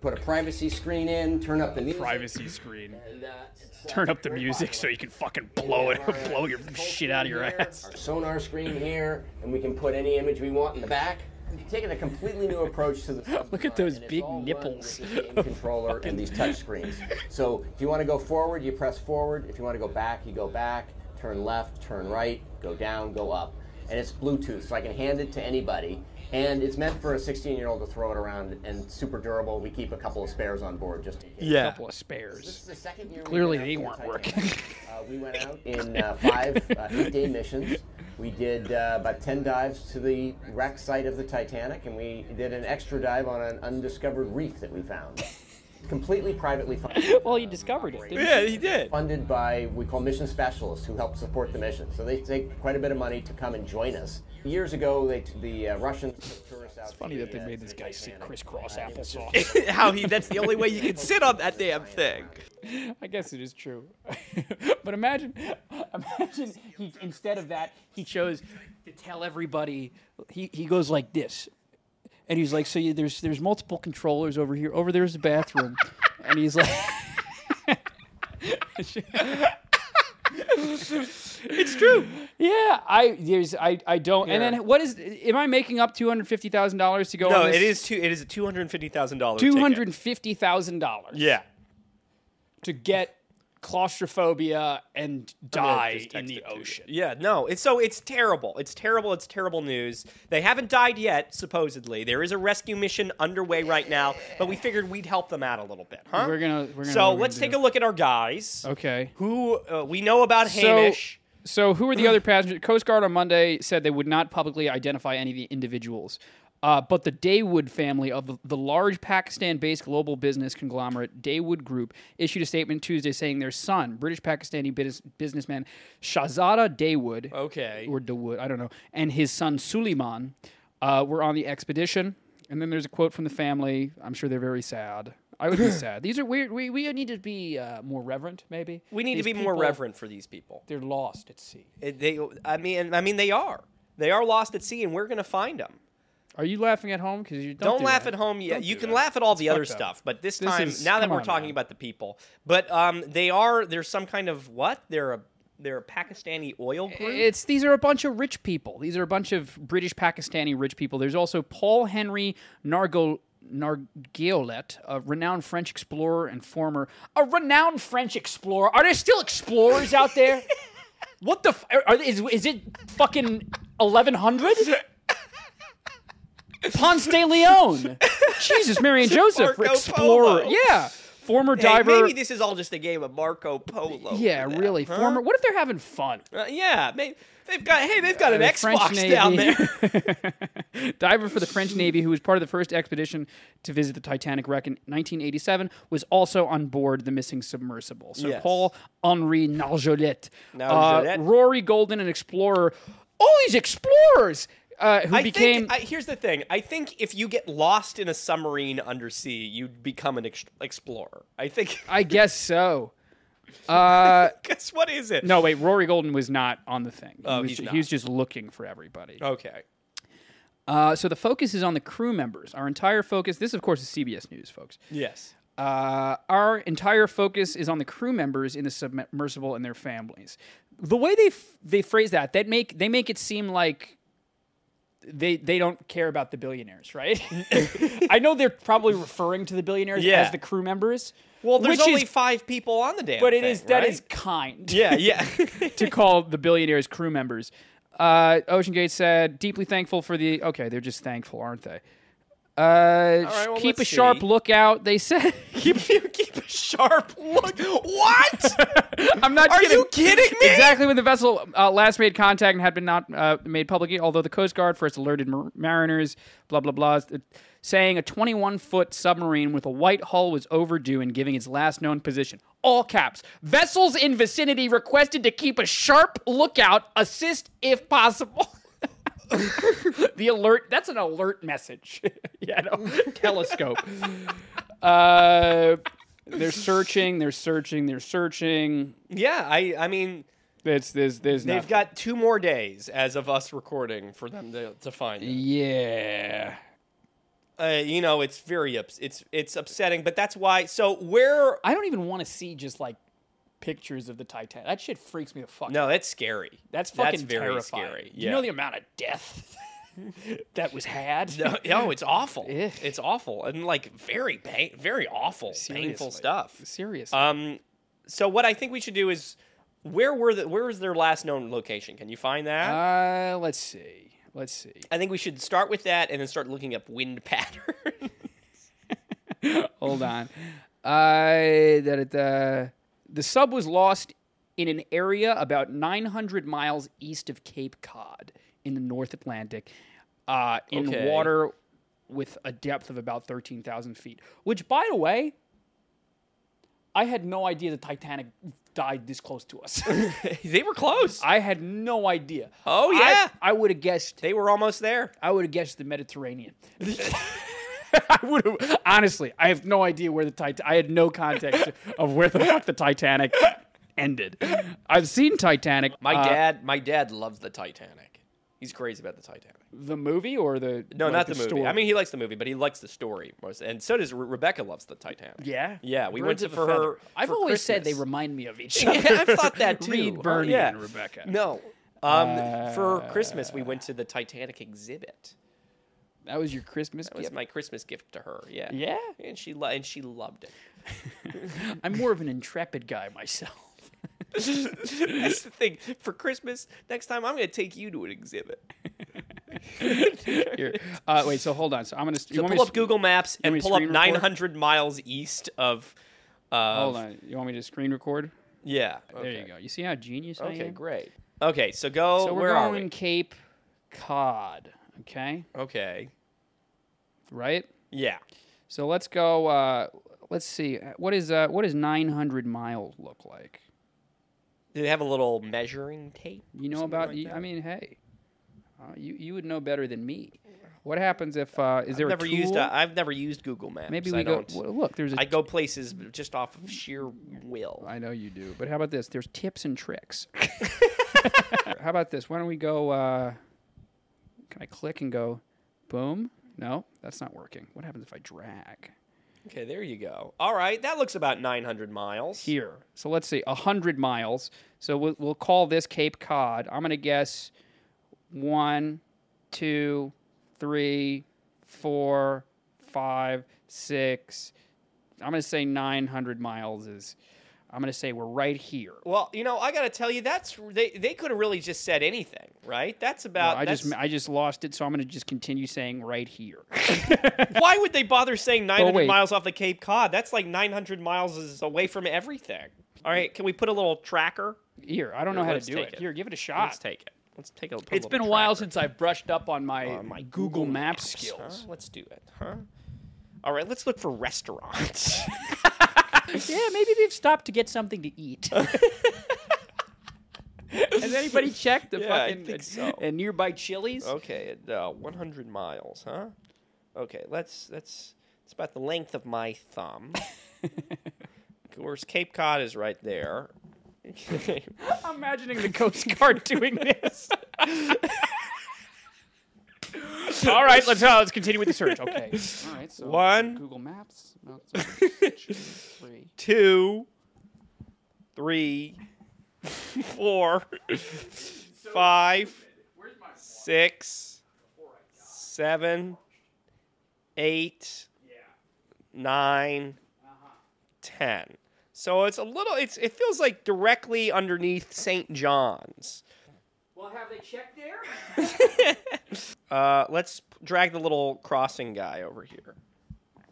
[SPEAKER 3] Put a privacy screen in, turn up the music.
[SPEAKER 2] Privacy screen.
[SPEAKER 3] and, uh, it's, uh,
[SPEAKER 2] Turn up the music so you can fucking blow it, blow your shit out of your ass.
[SPEAKER 3] Our sonar screen here, and we can put any image we want in the back. We've taken a completely new approach to the sub
[SPEAKER 2] Look at
[SPEAKER 3] design,
[SPEAKER 2] those
[SPEAKER 3] and it's
[SPEAKER 2] big
[SPEAKER 3] all run
[SPEAKER 2] nipples.
[SPEAKER 3] with this game controller and these touch screens. So if you want to go forward, you press forward. If you want to go back, you go back. Turn left, turn right, go down, go up. And it's Bluetooth, so I can hand it to anybody. And it's meant for a 16-year-old to throw it around, and super durable. We keep a couple of spares on board just in case.
[SPEAKER 1] Yeah.
[SPEAKER 2] Couple of spares.
[SPEAKER 3] This is the second year we've
[SPEAKER 2] Clearly
[SPEAKER 3] been out
[SPEAKER 2] they
[SPEAKER 3] to the
[SPEAKER 2] weren't
[SPEAKER 3] Titanic.
[SPEAKER 2] working.
[SPEAKER 3] Uh, we went out in uh, five uh, eight-day missions. We did uh, about ten dives to the wreck site of the Titanic, and we did an extra dive on an undiscovered reef that we found. completely privately funded.
[SPEAKER 2] Well, you discovered it. Didn't you?
[SPEAKER 1] Yeah, he did.
[SPEAKER 3] funded by we call mission specialists who help support the mission. So they take quite a bit of money to come and join us. Years ago, they the uh, Russians took tourists out. uh, It's
[SPEAKER 2] Funny that they made this guy sit crisscross applesauce.
[SPEAKER 1] How he? That's the only way you can sit on that damn thing.
[SPEAKER 2] I guess it is true. but imagine, imagine he instead of that, he chose to tell everybody. He he goes like this, and he's like, so you, there's there's multiple controllers over here. Over there's the bathroom, and he's like.
[SPEAKER 1] It's true.
[SPEAKER 2] Yeah, I there's I I don't. And then what is? Am I making up two hundred fifty thousand dollars to go?
[SPEAKER 1] No,
[SPEAKER 2] on this?
[SPEAKER 1] it is two. It is a two hundred fifty thousand dollars.
[SPEAKER 2] two hundred fifty thousand dollars.
[SPEAKER 1] Yeah.
[SPEAKER 2] to get claustrophobia and die
[SPEAKER 1] just text
[SPEAKER 2] in the
[SPEAKER 1] it to you.
[SPEAKER 2] ocean.
[SPEAKER 1] Yeah, no. It's so it's terrible. It's terrible. It's terrible news. They haven't died yet, supposedly. There is a rescue mission underway right now, but we figured we'd help them out a little bit, huh?
[SPEAKER 2] We're gonna- we're gonna-
[SPEAKER 1] So
[SPEAKER 2] we're gonna
[SPEAKER 1] let's take
[SPEAKER 2] do-
[SPEAKER 1] a look at our guys.
[SPEAKER 2] Okay.
[SPEAKER 1] Who uh, we know about
[SPEAKER 2] So-
[SPEAKER 1] Hamish.
[SPEAKER 2] So, who are the other passengers? Coast Guard on Monday said they would not publicly identify any of the individuals. Uh, but the Daywood family of the, the large Pakistan based global business conglomerate Daywood Group issued a statement Tuesday saying their son, British Pakistani business, businessman Shahzada Daywood,
[SPEAKER 1] Okay.
[SPEAKER 2] or Dawood, I don't know, and his son Suleiman uh, were on the expedition. And then there's a quote from the family. I'm sure they're very sad. I would be sad. These are weird. We, we need to be uh, more reverent, maybe.
[SPEAKER 1] We need to be
[SPEAKER 2] These
[SPEAKER 1] more
[SPEAKER 2] people,
[SPEAKER 1] reverent for these people.
[SPEAKER 2] They're lost at sea.
[SPEAKER 1] It- They, I mean, I mean, they are. They are lost at sea, and we're gonna find them.
[SPEAKER 2] Are you laughing at home? Because you don't,
[SPEAKER 1] Don't,
[SPEAKER 2] do
[SPEAKER 1] laugh
[SPEAKER 2] that.
[SPEAKER 1] at home yet.
[SPEAKER 2] Don't
[SPEAKER 1] You
[SPEAKER 2] do
[SPEAKER 1] can
[SPEAKER 2] that.
[SPEAKER 1] laugh at all the other
[SPEAKER 2] fucked up.
[SPEAKER 1] stuff, but this,
[SPEAKER 2] This
[SPEAKER 1] time,
[SPEAKER 2] is-
[SPEAKER 1] now that
[SPEAKER 2] come
[SPEAKER 1] we're
[SPEAKER 2] on,
[SPEAKER 1] talking
[SPEAKER 2] man.
[SPEAKER 1] about the people, but um, they are. There's some kind of what? They're a they're a Pakistani oil group.
[SPEAKER 2] It's these are a bunch of rich people. These are a bunch of British Pakistani rich people. There's also Paul Henry Nargo. Nargiolet, a renowned French explorer and former a renowned French explorer. Are there still explorers out there? what the f- are, are- is is it fucking 1100? Ponce de Leon. Jesus, Mary and Joseph,
[SPEAKER 1] Marco
[SPEAKER 2] explorer.
[SPEAKER 1] Polo.
[SPEAKER 2] Yeah, former
[SPEAKER 1] Hey,
[SPEAKER 2] diver.
[SPEAKER 1] maybe this is all just a game of Marco Polo.
[SPEAKER 2] yeah,
[SPEAKER 1] for them,
[SPEAKER 2] really.
[SPEAKER 1] huh?
[SPEAKER 2] Former. What if they're having fun?
[SPEAKER 1] Uh, yeah, maybe they've got. Hey, they've got an
[SPEAKER 2] the French
[SPEAKER 1] Xbox down
[SPEAKER 2] Navy.
[SPEAKER 1] there.
[SPEAKER 2] Diver for the French Navy, who was part of the first expedition to visit the Titanic wreck in 1987, was also on board the missing submersible. So
[SPEAKER 1] Yes.
[SPEAKER 2] Paul Henri Narjolet, uh,
[SPEAKER 1] Narjolet.
[SPEAKER 2] Rory Golden, an explorer. All these explorers uh, who
[SPEAKER 1] I
[SPEAKER 2] became.
[SPEAKER 1] think. I, here's the thing. I think if you get lost in a submarine undersea, you become an ex- explorer. I think.
[SPEAKER 2] I guess so. Uh,
[SPEAKER 1] Guess what is it?
[SPEAKER 2] no, wait. Rory Golden was not on the thing. He
[SPEAKER 1] Oh,
[SPEAKER 2] was
[SPEAKER 1] he's
[SPEAKER 2] ju-
[SPEAKER 1] not. Oh.
[SPEAKER 2] he was just looking for everybody.
[SPEAKER 1] Okay.
[SPEAKER 2] Uh, so the focus is on the crew members. Our entire focus. This, of course, is CBS News, folks.
[SPEAKER 1] Yes.
[SPEAKER 2] Uh, our entire focus is on the crew members in the submersible and their families. The way they f- they phrase that, that make they make it seem like they they don't care about the billionaires, right? I know they're probably referring to the billionaires
[SPEAKER 1] Yeah.
[SPEAKER 2] as the crew members.
[SPEAKER 1] Well, there's
[SPEAKER 2] which
[SPEAKER 1] only
[SPEAKER 2] is,
[SPEAKER 1] five people on the damn.
[SPEAKER 2] but it
[SPEAKER 1] thing,
[SPEAKER 2] is that
[SPEAKER 1] right?
[SPEAKER 2] is kind
[SPEAKER 1] Yeah, yeah.
[SPEAKER 2] to call the billionaires crew members. Uh, Ocean Gate said, deeply thankful for the. Okay, they're just thankful, aren't they? Uh,
[SPEAKER 1] well,
[SPEAKER 2] keep a
[SPEAKER 1] let's
[SPEAKER 2] sharp
[SPEAKER 1] see.
[SPEAKER 2] lookout, they said.
[SPEAKER 1] keep you keep a sharp look. What?
[SPEAKER 2] I'm not.
[SPEAKER 1] Are
[SPEAKER 2] kidding.
[SPEAKER 1] you kidding me?
[SPEAKER 2] Exactly when the vessel uh, last made contact and had been not uh, made public, although the Coast Guard first alerted mar- mariners, blah blah blah, uh, saying a 21 foot submarine with a white hull was overdue and giving its last known position. All caps. Vessels in vicinity requested to keep a sharp lookout. Assist if possible. the alert. That's an alert message. yeah, no, telescope. Uh, they're searching. They're searching. They're searching.
[SPEAKER 1] yeah, I I mean
[SPEAKER 2] There's there's there's
[SPEAKER 1] they've
[SPEAKER 2] nothing.
[SPEAKER 1] got two more days as of us recording for them to, to find it.
[SPEAKER 2] yeah.
[SPEAKER 1] Uh, you know, it's very ups- it's it's upsetting, but that's why. So where?
[SPEAKER 2] I don't even want to see just like pictures of the Titanic. That shit freaks me the fuck. out.
[SPEAKER 1] No, that's scary.
[SPEAKER 2] that's fucking
[SPEAKER 1] very
[SPEAKER 2] terrifying.
[SPEAKER 1] scary.
[SPEAKER 2] You
[SPEAKER 1] yeah.
[SPEAKER 2] know the amount of death that was had.
[SPEAKER 1] No, no, it's awful.
[SPEAKER 2] Ugh.
[SPEAKER 1] It's awful and like very pain, very awful,
[SPEAKER 2] Seriously.
[SPEAKER 1] painful stuff.
[SPEAKER 2] Seriously.
[SPEAKER 1] Um, so what I think we should do is, where were the where was their last known location? Can you find that?
[SPEAKER 2] Uh, let's see. Let's see.
[SPEAKER 1] I think we should start with that and then start looking up wind pattern.
[SPEAKER 2] Hold on. I da, da, da. the sub was lost in an area about 900 miles east of Cape Cod in the North Atlantic, uh, in
[SPEAKER 1] Okay.
[SPEAKER 2] water with a depth of about 13,000 feet. Which, by the way, I had no idea the Titanic died this close to us.
[SPEAKER 1] they were close.
[SPEAKER 2] I had no idea.
[SPEAKER 1] Oh,
[SPEAKER 2] I-
[SPEAKER 1] yeah.
[SPEAKER 2] I, would have guessed.
[SPEAKER 1] they were almost there.
[SPEAKER 2] I would have guessed the Mediterranean. I would have honestly. I have no idea where the Titan. I had no context of where the fuck the Titanic ended. I've seen Titanic.
[SPEAKER 1] My
[SPEAKER 2] uh,
[SPEAKER 1] dad, my dad loves the Titanic. He's crazy about the Titanic.
[SPEAKER 2] the movie or the
[SPEAKER 1] No,
[SPEAKER 2] like,
[SPEAKER 1] not the, movie.
[SPEAKER 2] Story?
[SPEAKER 1] I mean, he likes the movie, but he likes the story most. And so does Re- Rebecca. Loves the Titanic.
[SPEAKER 2] yeah,
[SPEAKER 1] Yeah, we went
[SPEAKER 2] Birds
[SPEAKER 1] to
[SPEAKER 2] of a
[SPEAKER 1] for
[SPEAKER 2] Feather.
[SPEAKER 1] her.
[SPEAKER 2] I've
[SPEAKER 1] for
[SPEAKER 2] always said they
[SPEAKER 1] Christmas.
[SPEAKER 2] remind me of each other.
[SPEAKER 1] Yeah, I thought that too.
[SPEAKER 2] Read
[SPEAKER 1] Oh,
[SPEAKER 2] Bernie
[SPEAKER 1] yeah.
[SPEAKER 2] and Rebecca. Uh,
[SPEAKER 1] No. Um, for Christmas, we went to the Titanic exhibit.
[SPEAKER 2] That was your Christmas
[SPEAKER 1] That was
[SPEAKER 2] gift.
[SPEAKER 1] my Christmas gift to her. Yeah.
[SPEAKER 2] yeah,
[SPEAKER 1] And she lo- and she loved it.
[SPEAKER 2] I'm more of an intrepid guy myself.
[SPEAKER 1] That's the thing. For Christmas next time, I'm going to take you to an exhibit.
[SPEAKER 2] Here, uh, wait. So hold on. So I'm gonna. you
[SPEAKER 1] So
[SPEAKER 2] want me
[SPEAKER 1] pull
[SPEAKER 2] to,
[SPEAKER 1] up Google Maps
[SPEAKER 2] me
[SPEAKER 1] and
[SPEAKER 2] to
[SPEAKER 1] pull up
[SPEAKER 2] screen record?
[SPEAKER 1] 900 miles east of. Uh,
[SPEAKER 2] Hold on. You want me to screen record?
[SPEAKER 1] Yeah.
[SPEAKER 2] There you go. You see how genius I am.
[SPEAKER 1] Okay, great. Okay, so go.
[SPEAKER 2] So we're
[SPEAKER 1] where
[SPEAKER 2] going
[SPEAKER 1] are we?
[SPEAKER 2] Cape Cod. Okay,
[SPEAKER 1] Okay.
[SPEAKER 2] right.
[SPEAKER 1] Yeah.
[SPEAKER 2] So let's go. Uh, let's see. uh, What is uh, what does 900 miles look like?
[SPEAKER 1] Do they have a little measuring tape?
[SPEAKER 2] You know about? you- I mean, hey, uh, you you would know better than me. What happens if uh, is there
[SPEAKER 1] I've never
[SPEAKER 2] a tool?
[SPEAKER 1] used. i I've never used Google Maps.
[SPEAKER 2] Maybe
[SPEAKER 1] I
[SPEAKER 2] we go.
[SPEAKER 1] don't.
[SPEAKER 2] well, look, there's a.
[SPEAKER 1] I go places just off of sheer will.
[SPEAKER 2] I know you do, but how about this? There's tips and tricks. how about this? Why don't we go? Uh, can I click and go? Boom. No, that's not working. What happens if I drag?
[SPEAKER 1] Okay, there you go. All right, that looks about 900 miles.
[SPEAKER 2] here. So let's see, 100 miles. So we'll, we'll call this Cape Cod. I'm going to guess one, two, three, four, five, six. I'm going to say 900 miles is, I'm going to say we're right here.
[SPEAKER 1] Well, you know, I got to tell you, that's they. They could have really just said anything, right? That's about.
[SPEAKER 2] I just
[SPEAKER 1] that's-
[SPEAKER 2] I just lost it, so I'm gonna just continue saying right here.
[SPEAKER 1] why would they bother saying 900
[SPEAKER 2] Oh, wait.
[SPEAKER 1] miles off the Cape Cod? That's like 900 miles is away from everything. All right, can we put a little tracker?
[SPEAKER 2] here, I don't know how to
[SPEAKER 1] let's
[SPEAKER 2] do
[SPEAKER 1] take
[SPEAKER 2] it.
[SPEAKER 1] it.
[SPEAKER 2] Here, give it
[SPEAKER 1] Let's
[SPEAKER 2] a shot.
[SPEAKER 1] take it. Let's take a. put a
[SPEAKER 2] Ah. It's
[SPEAKER 1] little
[SPEAKER 2] been a while
[SPEAKER 1] tracker
[SPEAKER 2] since I've brushed up on my,
[SPEAKER 1] on my
[SPEAKER 2] Google, Maps
[SPEAKER 1] huh?
[SPEAKER 2] skills.
[SPEAKER 1] Let's do it, huh? All right, let's look for restaurants.
[SPEAKER 2] Yeah, maybe they've stopped to get something to eat. Has anybody checked the
[SPEAKER 1] Yeah, I
[SPEAKER 2] fucking
[SPEAKER 1] think
[SPEAKER 2] uh,
[SPEAKER 1] so.
[SPEAKER 2] uh, nearby Chili's?
[SPEAKER 1] Okay, it, uh, 100 miles, huh? Okay, let's that's it's about the length of my thumb. of course, Cape Cod is right there. Okay.
[SPEAKER 2] I'm imagining the Coast Guard doing this. All right, let's uh, let's continue with the search. Okay. All right. So
[SPEAKER 1] One.
[SPEAKER 2] Google Maps. No, it's- three.
[SPEAKER 1] Two, three, four, five, six, seven, eight, nine, ten. So it's a little. It's it feels like directly underneath St. John's.
[SPEAKER 2] Well, have they checked there?
[SPEAKER 1] Uh, let's p- drag the little crossing guy over here.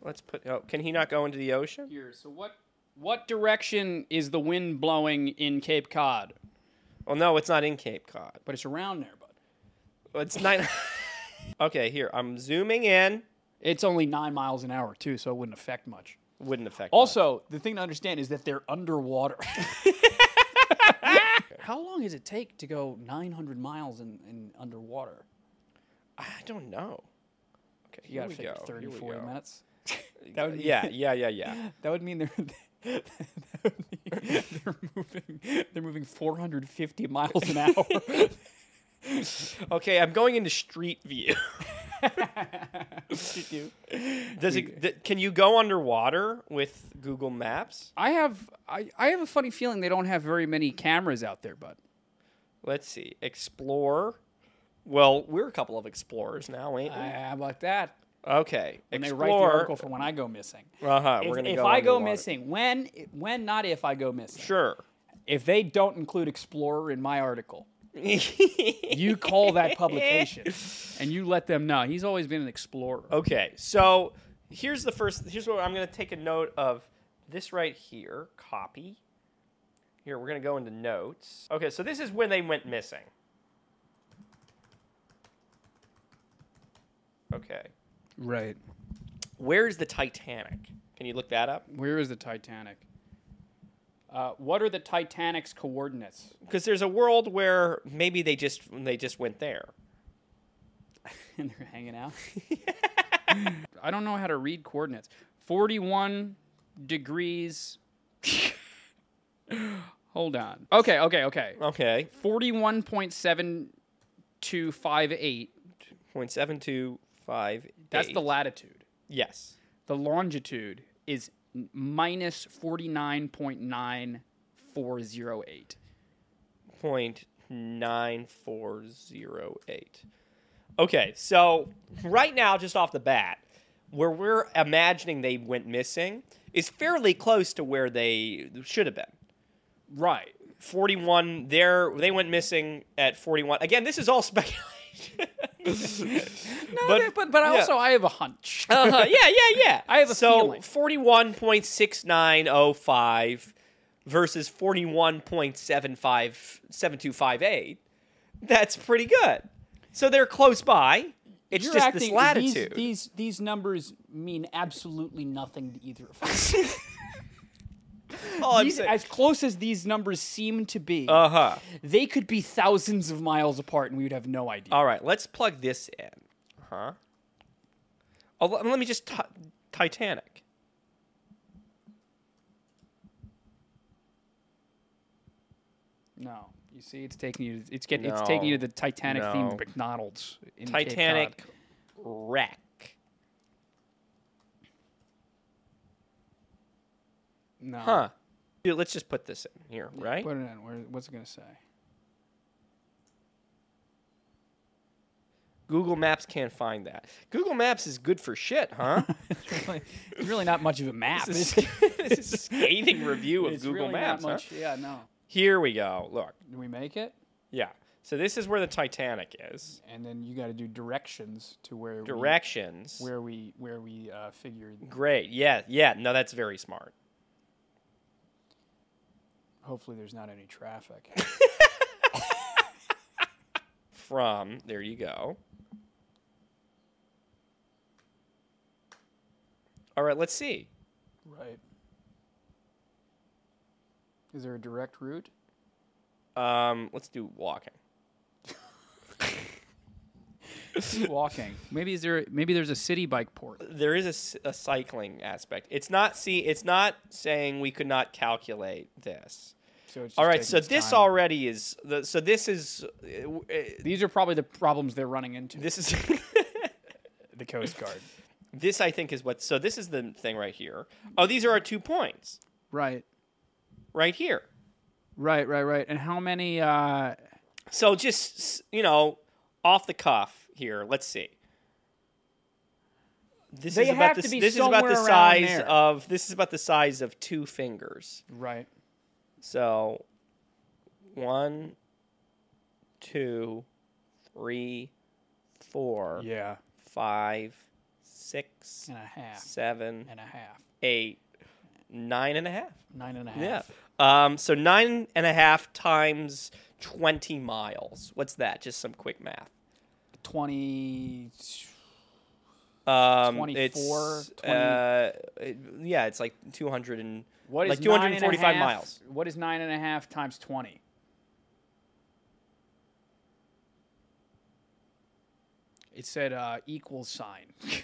[SPEAKER 1] Let's put. Oh, can he not go into the ocean?
[SPEAKER 2] Here. So what what direction is the wind blowing in Cape Cod?
[SPEAKER 1] Well, Oh, no, it's not in Cape Cod.
[SPEAKER 2] But it's around there, bud.
[SPEAKER 1] It's nine. okay, here I'm zooming in.
[SPEAKER 2] It's only nine miles an hour too, so it wouldn't affect much.
[SPEAKER 1] Wouldn't affect.
[SPEAKER 2] Also, the thing to understand is that they're underwater. How long does it take to go 900 miles in, in underwater?
[SPEAKER 1] much. I don't know. Okay,
[SPEAKER 2] You
[SPEAKER 1] here
[SPEAKER 2] got
[SPEAKER 1] we
[SPEAKER 2] to figure
[SPEAKER 1] go.
[SPEAKER 2] 30,
[SPEAKER 1] here we
[SPEAKER 2] 40
[SPEAKER 1] go.
[SPEAKER 2] minutes. That would mean-
[SPEAKER 1] Yeah, yeah, yeah, yeah.
[SPEAKER 2] That would mean they're that would mean they're moving they're moving 450 miles an hour.
[SPEAKER 1] Okay, I'm going into Street View. Does it? Th- can you go underwater with Google Maps?
[SPEAKER 2] I have I, I have a funny feeling they don't have very many cameras out there, but
[SPEAKER 1] Let's see. Explore. Well, we're a couple of explorers now, ain't we?
[SPEAKER 2] Uh, how about that?
[SPEAKER 1] Okay.
[SPEAKER 2] And they
[SPEAKER 1] Explore.
[SPEAKER 2] write the article for when I go missing.
[SPEAKER 1] uh-huh.
[SPEAKER 2] If,
[SPEAKER 1] we're gonna
[SPEAKER 2] if
[SPEAKER 1] go
[SPEAKER 2] I go
[SPEAKER 1] underwater.
[SPEAKER 2] missing, when when not if I go missing.
[SPEAKER 1] Sure.
[SPEAKER 2] If they don't include Explorer in my article, you call that publication and you let them know. He's always been an explorer.
[SPEAKER 1] okay. So here's the first. Here's what I'm gonna take a note of. This right here. Copy. Here we're gonna go into notes. Okay. So this is when they went missing. Okay.
[SPEAKER 2] Right.
[SPEAKER 1] Where's the Titanic? Can you look that up?
[SPEAKER 2] Where is the Titanic? Uh, what are the Titanic's coordinates?
[SPEAKER 1] Because there's a world where maybe they just they just went there.
[SPEAKER 2] and they're hanging out. I don't know how to read coordinates. 41 degrees. Hold on. Okay, okay, okay.
[SPEAKER 1] Okay,
[SPEAKER 2] 41.7258.
[SPEAKER 1] point seven two five.
[SPEAKER 2] That's the latitude.
[SPEAKER 1] yes.
[SPEAKER 2] The longitude is n- minus 49.9408.
[SPEAKER 1] point nine four zero eight. Okay, so right now, just off the bat, where we're imagining they went missing is fairly close to where they should have been.
[SPEAKER 2] Right.
[SPEAKER 1] Forty one, there they went missing at forty one. Again, this is all speculation.
[SPEAKER 2] No,
[SPEAKER 1] But-
[SPEAKER 2] but, but, but
[SPEAKER 1] yeah.
[SPEAKER 2] also I have a hunch.
[SPEAKER 1] Uh-huh. Yeah, yeah, yeah.
[SPEAKER 2] I have a
[SPEAKER 1] so
[SPEAKER 2] feeling.
[SPEAKER 1] forty-one point six nine oh five versus forty-one point seven five seven two five eight. That's pretty good. So they're close by. It's
[SPEAKER 2] You're
[SPEAKER 1] just
[SPEAKER 2] acting-
[SPEAKER 1] this latitude.
[SPEAKER 2] These, these these numbers mean absolutely nothing to either of us.
[SPEAKER 1] All I'm
[SPEAKER 2] These-
[SPEAKER 1] saying-
[SPEAKER 2] as close as these numbers seem to be,
[SPEAKER 1] uh-huh.
[SPEAKER 2] they could be thousands of miles apart, and we would have no idea.
[SPEAKER 1] All right, let's plug this in. Huh? Oh, let let me just t- Titanic.
[SPEAKER 2] no, you see, it's taking you. It's getting.
[SPEAKER 1] No.
[SPEAKER 2] It's taking you to the Titanic-themed
[SPEAKER 1] No.
[SPEAKER 2] McDonald's. In Cape
[SPEAKER 1] Titanic
[SPEAKER 2] Cod.
[SPEAKER 1] wreck.
[SPEAKER 2] No.
[SPEAKER 1] Huh? Dude, let's just put this in here, right?
[SPEAKER 2] Put it in. Where, what's it gonna say?
[SPEAKER 1] Google Maps can't find that. Google Maps is good for shit, huh?
[SPEAKER 2] It's really- it's really not much of a map.
[SPEAKER 1] this
[SPEAKER 2] is it?
[SPEAKER 1] this is a scathing review of
[SPEAKER 2] It's
[SPEAKER 1] Google
[SPEAKER 2] really not
[SPEAKER 1] Maps. huh?
[SPEAKER 2] much- Yeah. No.
[SPEAKER 1] Here we go. Look,
[SPEAKER 2] Do we make it?
[SPEAKER 1] yeah. So this is where the Titanic is.
[SPEAKER 2] And then you got to do directions to where we-
[SPEAKER 1] Directions.
[SPEAKER 2] where we where we uh, figured.
[SPEAKER 1] Great. Yeah. Yeah. No, that's very smart.
[SPEAKER 2] Hopefully, there's not any traffic.
[SPEAKER 1] From there, you go. All right. Let's see.
[SPEAKER 2] right. Is there a direct route?
[SPEAKER 1] Um, let's do walking.
[SPEAKER 2] walking. Maybe is there maybe there's a city bike port.
[SPEAKER 1] There is a s- a, cycling aspect. It's not see. It's not saying we could not calculate this.
[SPEAKER 2] So it's just
[SPEAKER 1] All right.
[SPEAKER 2] taking
[SPEAKER 1] So
[SPEAKER 2] its
[SPEAKER 1] this
[SPEAKER 2] time.
[SPEAKER 1] already is. The, so this is. uh, w- uh,
[SPEAKER 2] These are probably the problems they're running into.
[SPEAKER 1] This is
[SPEAKER 2] the Coast Guard.
[SPEAKER 1] this I think is what so this is the thing right here. Oh, these are our two points
[SPEAKER 2] right.
[SPEAKER 1] right here.
[SPEAKER 2] Right, right, right. And how many uh
[SPEAKER 1] So just s- you know, off the cuff here. Let's see. This
[SPEAKER 2] They
[SPEAKER 1] is about
[SPEAKER 2] have
[SPEAKER 1] the,
[SPEAKER 2] to be
[SPEAKER 1] this is about the
[SPEAKER 2] somewhere around
[SPEAKER 1] size
[SPEAKER 2] there.
[SPEAKER 1] of this is about the size of two fingers.
[SPEAKER 2] right.
[SPEAKER 1] So one, two, three, four,
[SPEAKER 2] Yeah.
[SPEAKER 1] five, six,
[SPEAKER 2] And a half.
[SPEAKER 1] seven,
[SPEAKER 2] And a half.
[SPEAKER 1] eight, nine and a half.
[SPEAKER 2] Nine and a half.
[SPEAKER 1] Yeah. Um, so nine and a half times 20 miles. What's that? Just some quick math.
[SPEAKER 2] Twenty
[SPEAKER 1] Um,
[SPEAKER 2] 24,
[SPEAKER 1] it's,
[SPEAKER 2] 20
[SPEAKER 1] uh, it- yeah, it's like 200 and
[SPEAKER 2] what is
[SPEAKER 1] like
[SPEAKER 2] nine and a
[SPEAKER 1] 245
[SPEAKER 2] half-
[SPEAKER 1] miles.
[SPEAKER 2] What is nine and a half times twenty? It said uh, equal sign.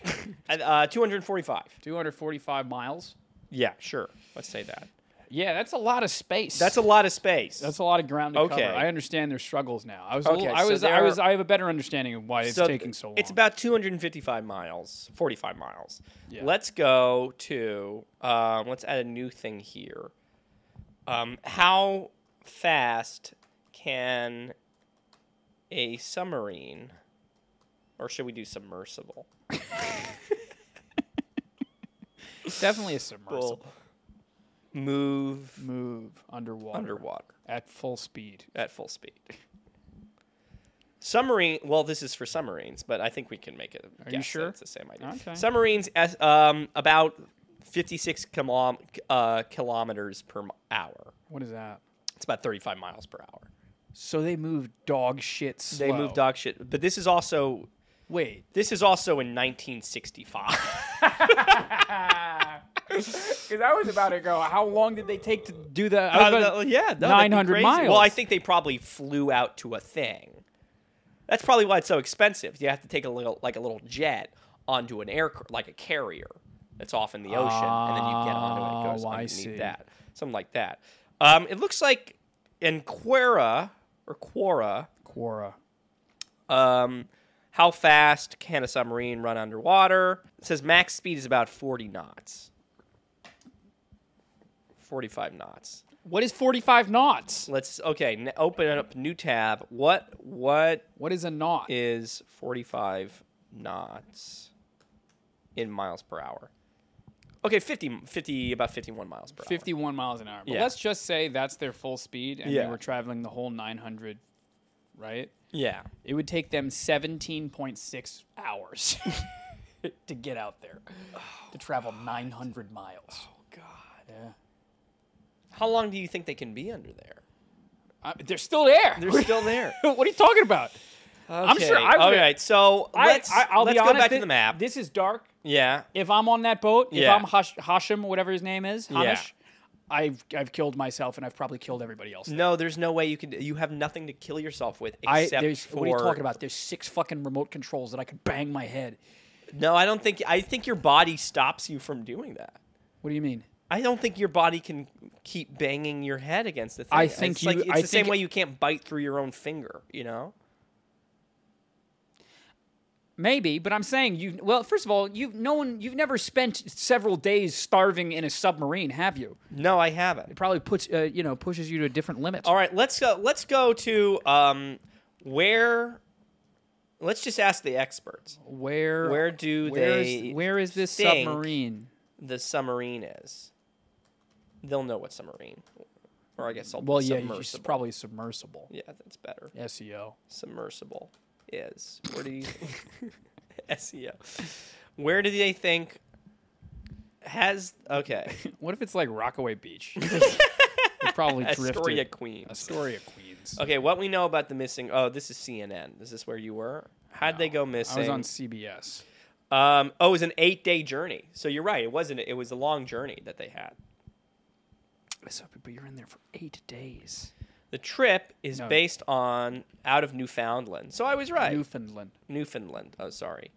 [SPEAKER 1] Uh, Uh, 245.
[SPEAKER 2] 245 miles.
[SPEAKER 1] Yeah, sure. Let's say that.
[SPEAKER 2] Yeah, that's a lot of space.
[SPEAKER 1] That's a lot of space.
[SPEAKER 2] That's a lot of ground to
[SPEAKER 1] Okay.
[SPEAKER 2] cover. I understand their struggles now. I was, a
[SPEAKER 1] Okay,
[SPEAKER 2] little, I
[SPEAKER 1] so
[SPEAKER 2] was, I
[SPEAKER 1] they're-
[SPEAKER 2] was, I have a better understanding of why it's taking so long.
[SPEAKER 1] It's about 255 miles, 45 miles.
[SPEAKER 2] Yeah.
[SPEAKER 1] Let's go to, um, let's add a new thing here. Um, how fast can a submarine, or should we do submersible?
[SPEAKER 2] definitely a submersible
[SPEAKER 1] Well, move
[SPEAKER 2] move underwater,
[SPEAKER 1] underwater
[SPEAKER 2] at full speed.
[SPEAKER 1] at full speed. Submarine. Well, this is for submarines, but I think we can make it.
[SPEAKER 2] Are
[SPEAKER 1] guess
[SPEAKER 2] you
[SPEAKER 1] that
[SPEAKER 2] sure?
[SPEAKER 1] It's the same idea.
[SPEAKER 2] Okay.
[SPEAKER 1] Submarines, as- um, about fifty-six kilom- uh, kilometers per m- hour.
[SPEAKER 2] What is that?
[SPEAKER 1] It's about thirty-five miles per hour.
[SPEAKER 2] So they move dog shit slow.
[SPEAKER 1] They move dog shit, but this is also
[SPEAKER 2] Wait,
[SPEAKER 1] this is also in nineteen sixty-five.
[SPEAKER 2] Because I was about to go. How long did they take to do the? I
[SPEAKER 1] Uh,
[SPEAKER 2] was about
[SPEAKER 1] no,
[SPEAKER 2] to-
[SPEAKER 1] yeah, no, that'd be
[SPEAKER 2] 900
[SPEAKER 1] crazy. Well, I
[SPEAKER 2] miles.
[SPEAKER 1] think they probably flew out to a thing. That's probably why it's so expensive. You have to take a little, like a little jet, onto an air, like a carrier that's off in the ocean, and then you get onto it. and It goes
[SPEAKER 2] Oh, I
[SPEAKER 1] underneath
[SPEAKER 2] see.
[SPEAKER 1] that, something like that. Um, it looks like in Quora or Quora,
[SPEAKER 2] Quora.
[SPEAKER 1] um, how fast can a submarine run underwater? It says max speed is about 40 knots, 45 knots.
[SPEAKER 2] What is 45 knots?
[SPEAKER 1] Let's okay. N- open up new tab. What what
[SPEAKER 2] What is a knot?
[SPEAKER 1] is forty five knots in miles per hour? Okay, 50, 50 about fifty one miles per
[SPEAKER 2] 51 miles an hour. But
[SPEAKER 1] Yeah.
[SPEAKER 2] let's just say that's their full speed, and
[SPEAKER 1] Yeah.
[SPEAKER 2] they were traveling the whole 900,
[SPEAKER 1] hour.
[SPEAKER 2] right?
[SPEAKER 1] Yeah,
[SPEAKER 2] It would take them 17.6 hours to get out there to travel 900 miles. Oh God. Yeah.
[SPEAKER 1] how long do you think they can be under there?
[SPEAKER 2] Uh, they're still there.
[SPEAKER 1] They're still there.
[SPEAKER 2] what are you talking about? I'm sure
[SPEAKER 1] Okay,
[SPEAKER 2] I
[SPEAKER 1] All
[SPEAKER 2] would-
[SPEAKER 1] right, so let's
[SPEAKER 2] I, I, will
[SPEAKER 1] let's
[SPEAKER 2] be
[SPEAKER 1] go
[SPEAKER 2] honest,
[SPEAKER 1] back
[SPEAKER 2] thi-
[SPEAKER 1] to the map.
[SPEAKER 2] This is dark.
[SPEAKER 1] yeah,
[SPEAKER 2] If I'm on that boat,
[SPEAKER 1] Yeah.
[SPEAKER 2] if I'm Hash- Hashim, whatever his name is,
[SPEAKER 1] Yeah.
[SPEAKER 2] Hamish, I've I've killed myself and I've probably killed everybody else.
[SPEAKER 1] no, there's no way you could. You have nothing to kill yourself with
[SPEAKER 2] I
[SPEAKER 1] except
[SPEAKER 2] there's
[SPEAKER 1] for.
[SPEAKER 2] what are you talking about? There's six fucking remote controls that I could bang my head.
[SPEAKER 1] No, I don't think. I think your body stops you from doing that.
[SPEAKER 2] What do you mean?
[SPEAKER 1] I don't think your body can keep banging your head against the thing.
[SPEAKER 2] I think
[SPEAKER 1] it's like,
[SPEAKER 2] you-
[SPEAKER 1] it's
[SPEAKER 2] I
[SPEAKER 1] the same
[SPEAKER 2] think-
[SPEAKER 1] way you can't bite through your own finger. You know?
[SPEAKER 2] Maybe, but I'm saying you. Well, first of all, you've no one. You've never spent several days starving in a submarine, have you?
[SPEAKER 1] No, I haven't.
[SPEAKER 2] Probably puts uh, you know pushes you to a different limit.
[SPEAKER 1] All right, let's go. Let's go to um, where. Let's just ask the experts
[SPEAKER 2] Where
[SPEAKER 1] Where do
[SPEAKER 2] where is-
[SPEAKER 1] they
[SPEAKER 2] where is this
[SPEAKER 1] think-
[SPEAKER 2] submarine?
[SPEAKER 1] the submarine is. They'll know what submarine, or I guess I'll
[SPEAKER 2] Well, yeah,
[SPEAKER 1] submersible.
[SPEAKER 2] it's probably submersible. E
[SPEAKER 1] yeah, that's better.
[SPEAKER 2] SEO.
[SPEAKER 1] Submersible is where do you SEO? Where do they think has okay?
[SPEAKER 2] What if it's like Rockaway Beach? It probably drifted.
[SPEAKER 1] Astoria, Queens.
[SPEAKER 2] Astoria, Queens.
[SPEAKER 1] Okay, what we know about the missing? Oh, this is CNN. Is this where you were? How'd they go missing?
[SPEAKER 2] I was on CBS.
[SPEAKER 1] um, oh, it was an eight-day journey. So you're right. It wasn't. It was a long journey that they had.
[SPEAKER 2] So, but you're in there for eight days.
[SPEAKER 1] The trip is
[SPEAKER 2] No.
[SPEAKER 1] based on out of Newfoundland. So I was right.
[SPEAKER 2] Newfoundland.
[SPEAKER 1] Newfoundland. Oh, sorry.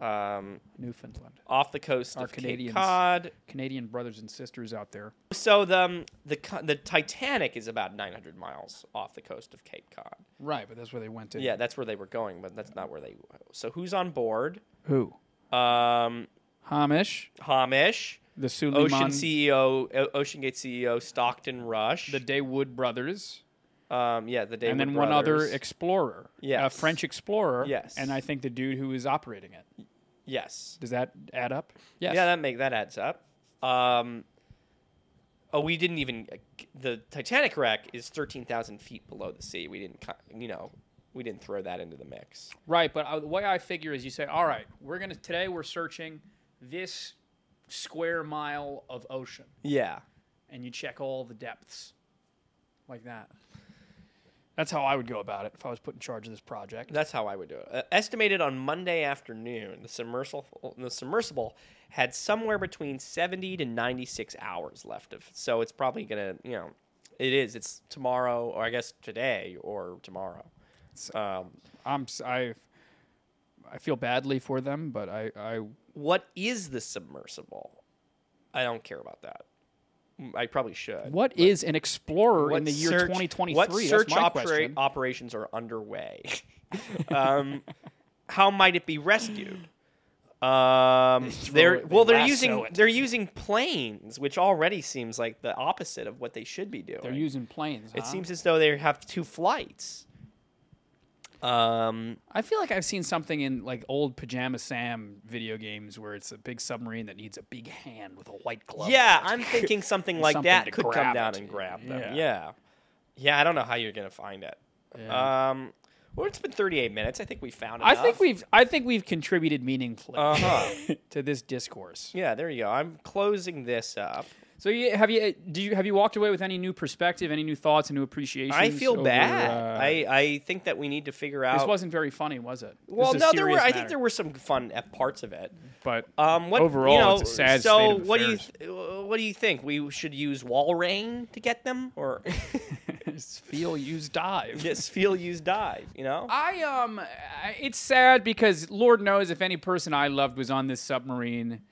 [SPEAKER 1] Um,
[SPEAKER 2] Newfoundland.
[SPEAKER 1] off the coast
[SPEAKER 2] Our
[SPEAKER 1] of Cape
[SPEAKER 2] Canadians.
[SPEAKER 1] Cod.
[SPEAKER 2] Canadian brothers and sisters out there.
[SPEAKER 1] So the um, the co- the Titanic is about 900 miles off the coast of Cape Cod.
[SPEAKER 2] Right, but that's where they went to.
[SPEAKER 1] Yeah, that's where they were going, but that's not where they. So who's on board?
[SPEAKER 2] Who?
[SPEAKER 1] Um,
[SPEAKER 2] Hamish,
[SPEAKER 1] Hamish.
[SPEAKER 2] the Suleiman,
[SPEAKER 1] Ocean CEO, O- Ocean Gate CEO Stockton Rush.
[SPEAKER 2] the Daywood brothers,
[SPEAKER 1] um, yeah, the David
[SPEAKER 2] and then one
[SPEAKER 1] brothers.
[SPEAKER 2] other explorer. A
[SPEAKER 1] Yes.
[SPEAKER 2] French explorer.
[SPEAKER 1] Yes.
[SPEAKER 2] And I think the dude who is operating it.
[SPEAKER 1] yes.
[SPEAKER 2] Does that add up? Yes.
[SPEAKER 1] Yeah, that make that adds up. Um, oh, we didn't even the Titanic wreck is thirteen thousand feet below the sea. We didn't, co- you know, we didn't throw that into the mix.
[SPEAKER 2] Right, but I, the way I figure is you say, all right, we're gonna today we're searching this square mile of ocean,
[SPEAKER 1] Yeah.
[SPEAKER 2] and you check all the depths, like that. That's how I would go about it if I was put in charge of this project.
[SPEAKER 1] That's how I would do it. Uh, estimated on Monday afternoon, the submersible the submersible had somewhere between 70 to 96 hours left of. So it's probably going to, you know, it is. It's tomorrow or I guess today or tomorrow. Um,
[SPEAKER 2] I'm s- I, I feel badly for them, but I I
[SPEAKER 1] what is the submersible? I don't care about that. Mm, I probably should.
[SPEAKER 2] what is an explorer in the year
[SPEAKER 1] search-
[SPEAKER 2] 2023?
[SPEAKER 1] What search
[SPEAKER 2] That's my
[SPEAKER 1] opera-
[SPEAKER 2] question.
[SPEAKER 1] operations are underway? um, how might it be rescued? Um, they're
[SPEAKER 2] it, they
[SPEAKER 1] well, they're
[SPEAKER 2] lasso
[SPEAKER 1] using
[SPEAKER 2] it.
[SPEAKER 1] they're using planes, which already seems like the opposite of what they should be doing.
[SPEAKER 2] They're using planes.
[SPEAKER 1] it
[SPEAKER 2] huh?
[SPEAKER 1] seems as though they have two flights. Um,
[SPEAKER 2] I feel like I've seen something in like old Pajama Sam video games where it's a big submarine that needs a big hand with a white glove.
[SPEAKER 1] yeah, I'm thinking something like
[SPEAKER 2] Something
[SPEAKER 1] that
[SPEAKER 2] to
[SPEAKER 1] could come
[SPEAKER 2] grab
[SPEAKER 1] down
[SPEAKER 2] it.
[SPEAKER 1] and grab them. Yeah.
[SPEAKER 2] Yeah.
[SPEAKER 1] yeah, I don't know how you're gonna find it. Um, well, it's been 38 minutes. I think we found.
[SPEAKER 2] I
[SPEAKER 1] Enough.
[SPEAKER 2] think we've I think we've contributed meaningfully
[SPEAKER 1] Uh huh.
[SPEAKER 2] to this discourse.
[SPEAKER 1] Yeah, there you go. I'm closing this up.
[SPEAKER 2] So you, have you do you have you walked away with any new perspective, any new thoughts, and new appreciation?
[SPEAKER 1] I feel bad. I, I think that we need to figure out.
[SPEAKER 2] uh, this wasn't very funny, was it?
[SPEAKER 1] well,
[SPEAKER 2] This is
[SPEAKER 1] no,
[SPEAKER 2] a
[SPEAKER 1] there were.
[SPEAKER 2] serious
[SPEAKER 1] I think
[SPEAKER 2] matter.
[SPEAKER 1] there were some fun uh, parts of it.
[SPEAKER 2] But
[SPEAKER 1] Um, what,
[SPEAKER 2] overall,
[SPEAKER 1] you know,
[SPEAKER 2] it's a sad
[SPEAKER 1] So,
[SPEAKER 2] state of
[SPEAKER 1] what do you
[SPEAKER 2] affairs.
[SPEAKER 1] th- uh, what do you think? We should use wall rain to get them, or
[SPEAKER 2] It's feel use dive.
[SPEAKER 1] just feel use dive? You know,
[SPEAKER 2] I um, I- it's sad because Lord knows if any person I loved was on this submarine,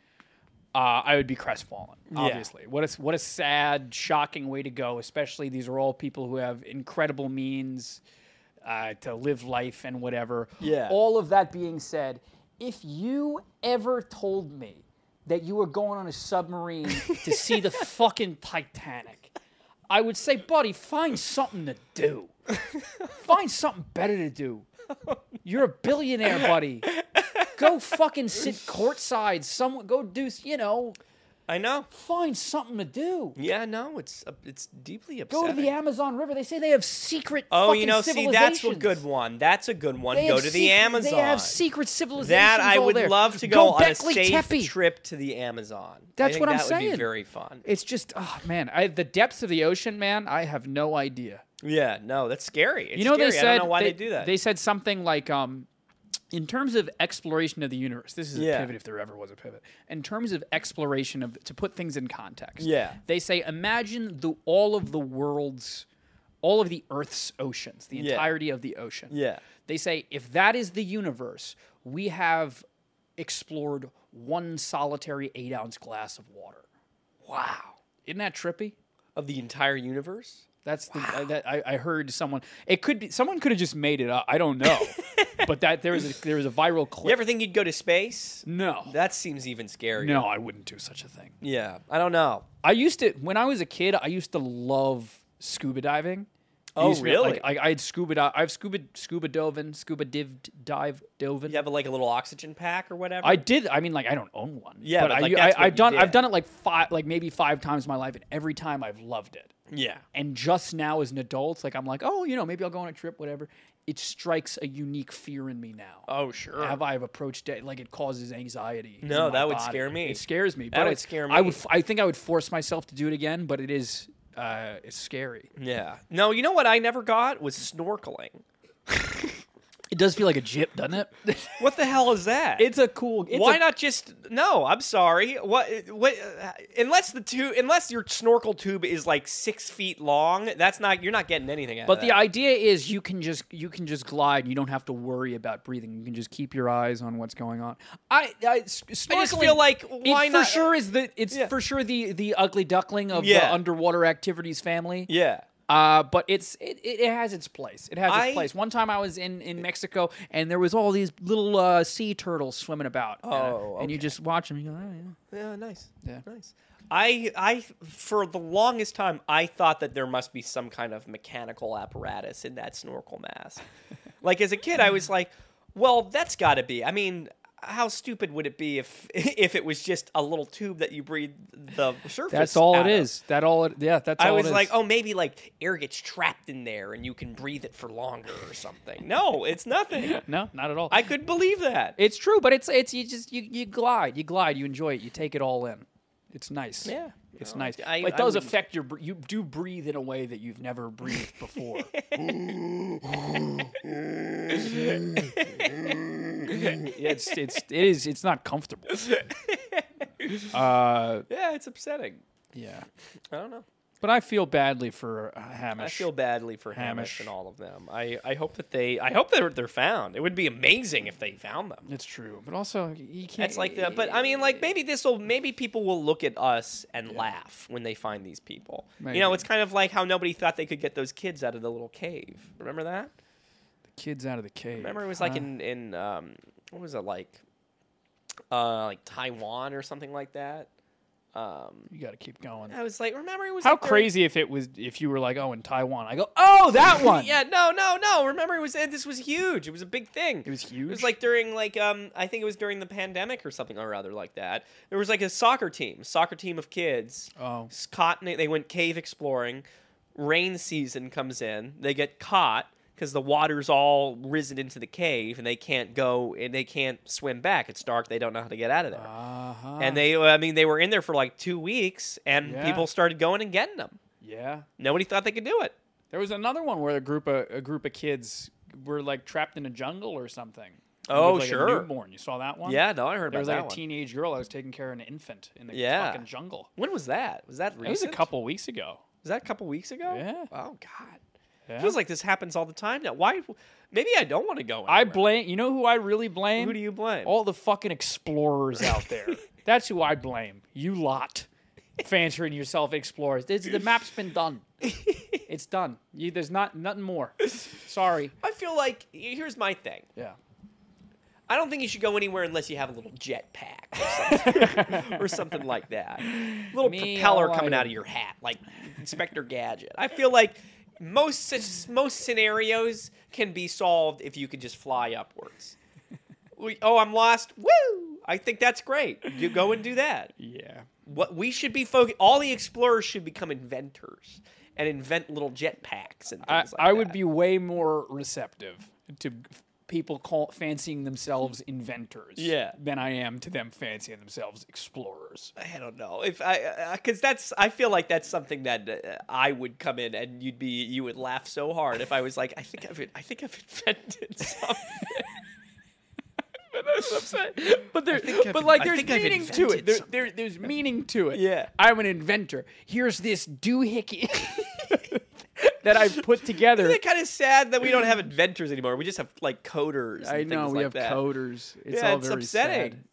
[SPEAKER 2] uh, I would be crestfallen. Obviously, what a what a sad, shocking way to go. Especially these are all people who have incredible means uh, to live life and whatever.
[SPEAKER 1] Yeah.
[SPEAKER 2] All of that being said, if you ever told me that you were going on a submarine to see the fucking Titanic. I would say, buddy, find something to do. find something better to do. You're a billionaire, buddy. Go fucking sit courtside. Someone go do s- you know?
[SPEAKER 1] I know.
[SPEAKER 2] Find something to do.
[SPEAKER 1] Yeah, no, it's uh, it's deeply
[SPEAKER 2] Go
[SPEAKER 1] upsetting.
[SPEAKER 2] to the Amazon River. They say they have secret.
[SPEAKER 1] Oh,
[SPEAKER 2] fucking
[SPEAKER 1] you know, see, that's a
[SPEAKER 2] civilizations.
[SPEAKER 1] good one. That's a good one.
[SPEAKER 2] They
[SPEAKER 1] Go
[SPEAKER 2] have
[SPEAKER 1] to the
[SPEAKER 2] secret-
[SPEAKER 1] Amazon.
[SPEAKER 2] They have secret civilizations.
[SPEAKER 1] that I
[SPEAKER 2] all
[SPEAKER 1] would
[SPEAKER 2] there.
[SPEAKER 1] love to go, on a
[SPEAKER 2] Beckley
[SPEAKER 1] safe
[SPEAKER 2] Tepe.
[SPEAKER 1] trip to the Amazon. I
[SPEAKER 2] That's
[SPEAKER 1] think
[SPEAKER 2] what I'm
[SPEAKER 1] that Would be
[SPEAKER 2] saying.
[SPEAKER 1] very fun.
[SPEAKER 2] It's just, oh man, I, the depths of the ocean, man. I have no idea.
[SPEAKER 1] Yeah, no, that's scary. It's
[SPEAKER 2] you know
[SPEAKER 1] scary.
[SPEAKER 2] they said
[SPEAKER 1] I don't know why they, do that.
[SPEAKER 2] They said something like, um, in terms of exploration of the universe, this is
[SPEAKER 1] Yeah.
[SPEAKER 2] a pivot if there ever was a pivot. In terms of exploration of to put things in context,
[SPEAKER 1] Yeah.
[SPEAKER 2] they say imagine the all of the world's, all of the Earth's oceans, the
[SPEAKER 1] Yeah.
[SPEAKER 2] entirety of the ocean.
[SPEAKER 1] yeah.
[SPEAKER 2] They say if that is the universe, we have explored one solitary eight ounce glass of water.
[SPEAKER 1] Wow.
[SPEAKER 2] Isn't that trippy?
[SPEAKER 1] Of the entire universe?
[SPEAKER 2] That's the I, that I, I heard someone. It could be someone could have just made it up. I don't know, but that there was a, there was a viral clip.
[SPEAKER 1] You ever think you'd go to space?
[SPEAKER 2] no,
[SPEAKER 1] That seems even scarier.
[SPEAKER 2] no, I wouldn't do such a thing.
[SPEAKER 1] Yeah. I don't know.
[SPEAKER 2] I used to when I was a kid. I used to love scuba diving. I
[SPEAKER 1] Oh,
[SPEAKER 2] used to be,
[SPEAKER 1] really?
[SPEAKER 2] Like, I, I had scuba. di- I've scuba scuba dovin, scuba dived, dive dovin.
[SPEAKER 1] You have like a little oxygen pack or whatever?
[SPEAKER 2] I did. I mean, like I don't own one.
[SPEAKER 1] Yeah, but,
[SPEAKER 2] I,
[SPEAKER 1] like,
[SPEAKER 2] u-
[SPEAKER 1] that's
[SPEAKER 2] I,
[SPEAKER 1] what
[SPEAKER 2] have
[SPEAKER 1] you
[SPEAKER 2] done. I've
[SPEAKER 1] did.
[SPEAKER 2] done it like five, like maybe five times in my life, and every time I've loved it.
[SPEAKER 1] yeah.
[SPEAKER 2] and just now as an adult like i'm like oh you know maybe i'll go on a trip whatever it strikes a unique fear in me now
[SPEAKER 1] Oh, sure.
[SPEAKER 2] have i have approached it like it causes anxiety in
[SPEAKER 1] No,
[SPEAKER 2] my
[SPEAKER 1] that would
[SPEAKER 2] body.
[SPEAKER 1] scare me.
[SPEAKER 2] it scares me
[SPEAKER 1] That
[SPEAKER 2] but
[SPEAKER 1] would
[SPEAKER 2] I-
[SPEAKER 1] scare
[SPEAKER 2] i
[SPEAKER 1] me.
[SPEAKER 2] would f- i think i would force myself to do it again but it is uh it's scary
[SPEAKER 1] yeah. No, you know what I never got was snorkeling.
[SPEAKER 2] it does feel like a jip doesn't it
[SPEAKER 1] What the hell is that?
[SPEAKER 2] it's a cool it's
[SPEAKER 1] Why
[SPEAKER 2] a-
[SPEAKER 1] not just no? I'm sorry. What? What? Unless the tube, unless your snorkel tube is like six feet long, that's not. You're not getting anything out
[SPEAKER 2] but
[SPEAKER 1] of
[SPEAKER 2] the
[SPEAKER 1] that.
[SPEAKER 2] idea is you can just you can just glide. You don't have to worry about breathing. You can just keep your eyes on what's going on. I I, s-
[SPEAKER 1] I just
[SPEAKER 2] snorkeling-
[SPEAKER 1] feel like
[SPEAKER 2] It
[SPEAKER 1] why
[SPEAKER 2] for
[SPEAKER 1] not?
[SPEAKER 2] sure is the it's
[SPEAKER 1] Yeah.
[SPEAKER 2] for sure the the ugly duckling of
[SPEAKER 1] Yeah.
[SPEAKER 2] the underwater activities family.
[SPEAKER 1] Yeah.
[SPEAKER 2] Uh, but it's it, it, it has its place. It has
[SPEAKER 1] I-
[SPEAKER 2] its place. One time I was in, in Mexico and there was all these little uh, sea turtles swimming about. Oh,
[SPEAKER 1] Oh,
[SPEAKER 2] and you
[SPEAKER 1] okay.
[SPEAKER 2] just watch them. You go, oh, yeah.
[SPEAKER 1] Yeah. Nice.
[SPEAKER 2] Yeah.
[SPEAKER 1] Nice. I I for the longest time I thought that there must be some kind of mechanical apparatus in that snorkel mask. like as a kid, I was like, well, that's got to be. I mean. How stupid would it be if if it was just a little tube that you breathe the surface?
[SPEAKER 2] That's all
[SPEAKER 1] out
[SPEAKER 2] it
[SPEAKER 1] of?
[SPEAKER 2] is. That all it yeah. That's
[SPEAKER 1] I
[SPEAKER 2] all it
[SPEAKER 1] was
[SPEAKER 2] is.
[SPEAKER 1] like, oh, maybe like air gets trapped in there and you can breathe it for longer or something. No, it's nothing.
[SPEAKER 2] no, not at all.
[SPEAKER 1] I could believe that.
[SPEAKER 2] it's true, but it's it's you just you, you glide, you glide, you enjoy it, you take it all in. It's nice.
[SPEAKER 1] Yeah.
[SPEAKER 2] It's
[SPEAKER 1] No,
[SPEAKER 2] nice.
[SPEAKER 1] I-
[SPEAKER 2] but it
[SPEAKER 1] I
[SPEAKER 2] does
[SPEAKER 1] wouldn't-
[SPEAKER 2] affect your. br- You do breathe in a way that you've never breathed before. it's it's it is it's not comfortable. Uh,
[SPEAKER 1] Yeah, it's upsetting.
[SPEAKER 2] yeah.
[SPEAKER 1] I don't know.
[SPEAKER 2] But I feel badly for uh, Hamish.
[SPEAKER 1] I feel badly for Hamish
[SPEAKER 2] Hamish.
[SPEAKER 1] and all of them. I, I hope that they I hope that they're found. It would be amazing if they found them.
[SPEAKER 2] it's true, but also you can't.
[SPEAKER 1] That's like the but I mean like maybe this will maybe people will look at us and laugh when they find these people. You know,
[SPEAKER 2] Maybe.
[SPEAKER 1] it's kind of like how nobody thought they could get those kids out of the little cave. Remember that?
[SPEAKER 2] kids out of the cave.
[SPEAKER 1] Remember, it was like
[SPEAKER 2] huh?
[SPEAKER 1] in in um, what was it like, uh, like Taiwan or something like that. Um,
[SPEAKER 2] You got to keep going.
[SPEAKER 1] I was like, remember it was
[SPEAKER 2] How
[SPEAKER 1] like there-
[SPEAKER 2] crazy if it was if you were like, oh, in Taiwan. I go, oh, that one.
[SPEAKER 1] Yeah, no, no, no. Remember, it was eh, this was huge. It was a big thing.
[SPEAKER 2] It was
[SPEAKER 1] It was
[SPEAKER 2] huge?
[SPEAKER 1] like during like um, I think it was during the pandemic or something or other like that. There was like a soccer team, soccer team of kids.
[SPEAKER 2] Oh.
[SPEAKER 1] s- caught. In, they went cave exploring. Rain season comes in. They get caught. because the water's all risen into the cave and they can't go and they can't swim back. It's dark. They don't know how to get out of there.
[SPEAKER 2] Uh-huh.
[SPEAKER 1] And they, uh, I mean, they were in there for like two weeks, and
[SPEAKER 2] Yeah.
[SPEAKER 1] people started going and getting them.
[SPEAKER 2] yeah.
[SPEAKER 1] Nobody thought they could do it.
[SPEAKER 2] There was another one where a group of a group of kids were like trapped in a jungle or something. It
[SPEAKER 1] Oh,
[SPEAKER 2] looked like a
[SPEAKER 1] sure.
[SPEAKER 2] newborn. You saw that one?
[SPEAKER 1] Yeah, no, I heard
[SPEAKER 2] There
[SPEAKER 1] about
[SPEAKER 2] was like
[SPEAKER 1] that
[SPEAKER 2] a
[SPEAKER 1] one.
[SPEAKER 2] teenage girl that was taking care of an infant in the
[SPEAKER 1] Yeah.
[SPEAKER 2] fucking jungle.
[SPEAKER 1] When was that? Was that recent?
[SPEAKER 2] It was a couple weeks ago.
[SPEAKER 1] Was that a couple weeks ago?
[SPEAKER 2] Yeah.
[SPEAKER 1] Oh God.
[SPEAKER 2] Yeah.
[SPEAKER 1] Feels like this happens all the time now. Why? Maybe I don't want to go.
[SPEAKER 2] I
[SPEAKER 1] anywhere.
[SPEAKER 2] blame. You know who I really blame?
[SPEAKER 1] Who do you blame?
[SPEAKER 2] All the fucking explorers out there. That's who I blame. You lot, fancying yourself explorers. It's, the map's been done. It's done. You, there's not nothing more. Sorry.
[SPEAKER 1] I feel like here's my thing.
[SPEAKER 2] Yeah.
[SPEAKER 1] I don't think you should go anywhere unless you have a little jet pack or something, or something like that. little
[SPEAKER 2] Me,
[SPEAKER 1] propeller
[SPEAKER 2] all
[SPEAKER 1] coming
[SPEAKER 2] I-
[SPEAKER 1] out of your hat, like Inspector Gadget. I feel like most sit- most scenarios can be solved if you could just fly upwards. We, oh, I'm lost. Woo! I think that's great. You go and do that.
[SPEAKER 2] Yeah.
[SPEAKER 1] What we should be focused. All the explorers should become inventors and invent little jet packs and things
[SPEAKER 2] I,
[SPEAKER 1] like
[SPEAKER 2] I would
[SPEAKER 1] that.
[SPEAKER 2] be way more receptive to people call, fancying themselves inventors
[SPEAKER 1] Yeah.
[SPEAKER 2] than I am to them fancying themselves explorers.
[SPEAKER 1] I don't know if I because that's I feel like that's something that uh, I would come in and you'd be you would laugh so hard if I was like I think I've I think I've invented something.
[SPEAKER 2] But there,
[SPEAKER 1] I've-
[SPEAKER 2] but like,
[SPEAKER 1] I
[SPEAKER 2] there's
[SPEAKER 1] think I've
[SPEAKER 2] meaning to it.
[SPEAKER 1] invented
[SPEAKER 2] There, there, there's meaning to it.
[SPEAKER 1] Yeah.
[SPEAKER 2] I'm an inventor. Here's this doohickey that I put together.
[SPEAKER 1] Isn't it kind of sad that we don't have inventors anymore? We just have like coders. And
[SPEAKER 2] I know
[SPEAKER 1] things
[SPEAKER 2] we
[SPEAKER 1] like
[SPEAKER 2] have
[SPEAKER 1] that.
[SPEAKER 2] coders. It's
[SPEAKER 1] Yeah,
[SPEAKER 2] all
[SPEAKER 1] it's
[SPEAKER 2] very
[SPEAKER 1] upsetting.
[SPEAKER 2] sad.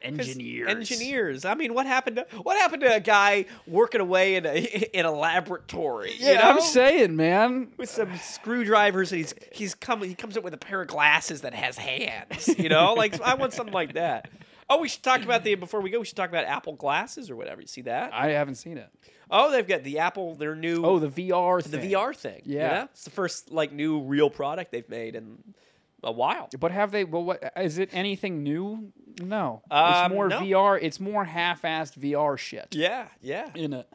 [SPEAKER 1] 'Cause
[SPEAKER 2] Engineers.
[SPEAKER 1] Engineers. I mean, what happened to what happened to a guy working away in a in a laboratory?
[SPEAKER 2] Yeah, oh
[SPEAKER 1] you know?
[SPEAKER 2] I'm saying, man.
[SPEAKER 1] with some screwdrivers and he's he's come he comes up with a pair of glasses that has hands. You know, like I want something like that. Oh, we should talk about the before we go. We should talk about Apple glasses or whatever. You see that?
[SPEAKER 2] I haven't seen it.
[SPEAKER 1] Oh, they've got the Apple their new
[SPEAKER 2] Oh, the VR
[SPEAKER 1] the
[SPEAKER 2] thing.
[SPEAKER 1] VR thing. you
[SPEAKER 2] Yeah.
[SPEAKER 1] know? it's the first like new real product they've made in a while.
[SPEAKER 2] But have they? Well, what is it? Anything new? No.
[SPEAKER 1] Um,
[SPEAKER 2] it's more
[SPEAKER 1] no.
[SPEAKER 2] VR. It's more half-assed VR shit
[SPEAKER 1] Yeah, yeah,
[SPEAKER 2] in it.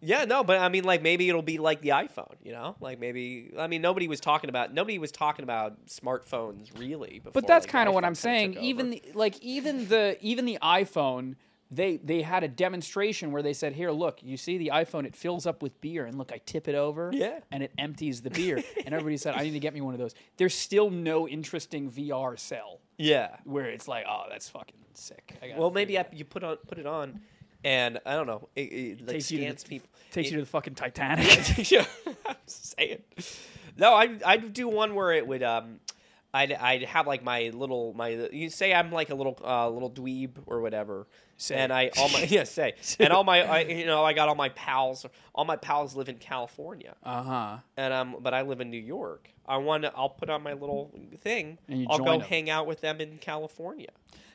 [SPEAKER 1] yeah. No, but I mean, like maybe it'll be like the iPhone. You know, like maybe I mean nobody was talking about nobody was talking about smartphones really. Before,
[SPEAKER 2] But that's
[SPEAKER 1] like, the
[SPEAKER 2] kind of what
[SPEAKER 1] iPhone
[SPEAKER 2] I'm
[SPEAKER 1] kinda
[SPEAKER 2] saying.
[SPEAKER 1] took
[SPEAKER 2] Even
[SPEAKER 1] over.
[SPEAKER 2] the, like even the even the iPhone, they they had a demonstration where they said, "Here, look, you see the iPhone? It fills up with beer, and look, I tip it over,
[SPEAKER 1] Yeah.
[SPEAKER 2] and it empties the beer." and everybody said, "I need to get me one of those." There's still no interesting VR cell
[SPEAKER 1] yeah.
[SPEAKER 2] where it's like, "Oh, that's fucking sick." I gotta
[SPEAKER 1] Well, maybe
[SPEAKER 2] figure
[SPEAKER 1] I, you put on put it on, and I don't know. It, it like
[SPEAKER 2] Takes you to the-
[SPEAKER 1] scans people.
[SPEAKER 2] it- takes you to the fucking Titanic.
[SPEAKER 1] yeah, I'm saying. No, I I'd do one where it would um, I'd I'd have like my little my you say I'm like a little uh little dweeb or whatever.
[SPEAKER 2] Say.
[SPEAKER 1] And I all my yeah say and all my I, you know I got all my pals all my pals live in California
[SPEAKER 2] uh huh.
[SPEAKER 1] and um but I live in New York I want to I'll put on my little thing
[SPEAKER 2] And you
[SPEAKER 1] I'll
[SPEAKER 2] join
[SPEAKER 1] go
[SPEAKER 2] 'em.
[SPEAKER 1] hang out with them in California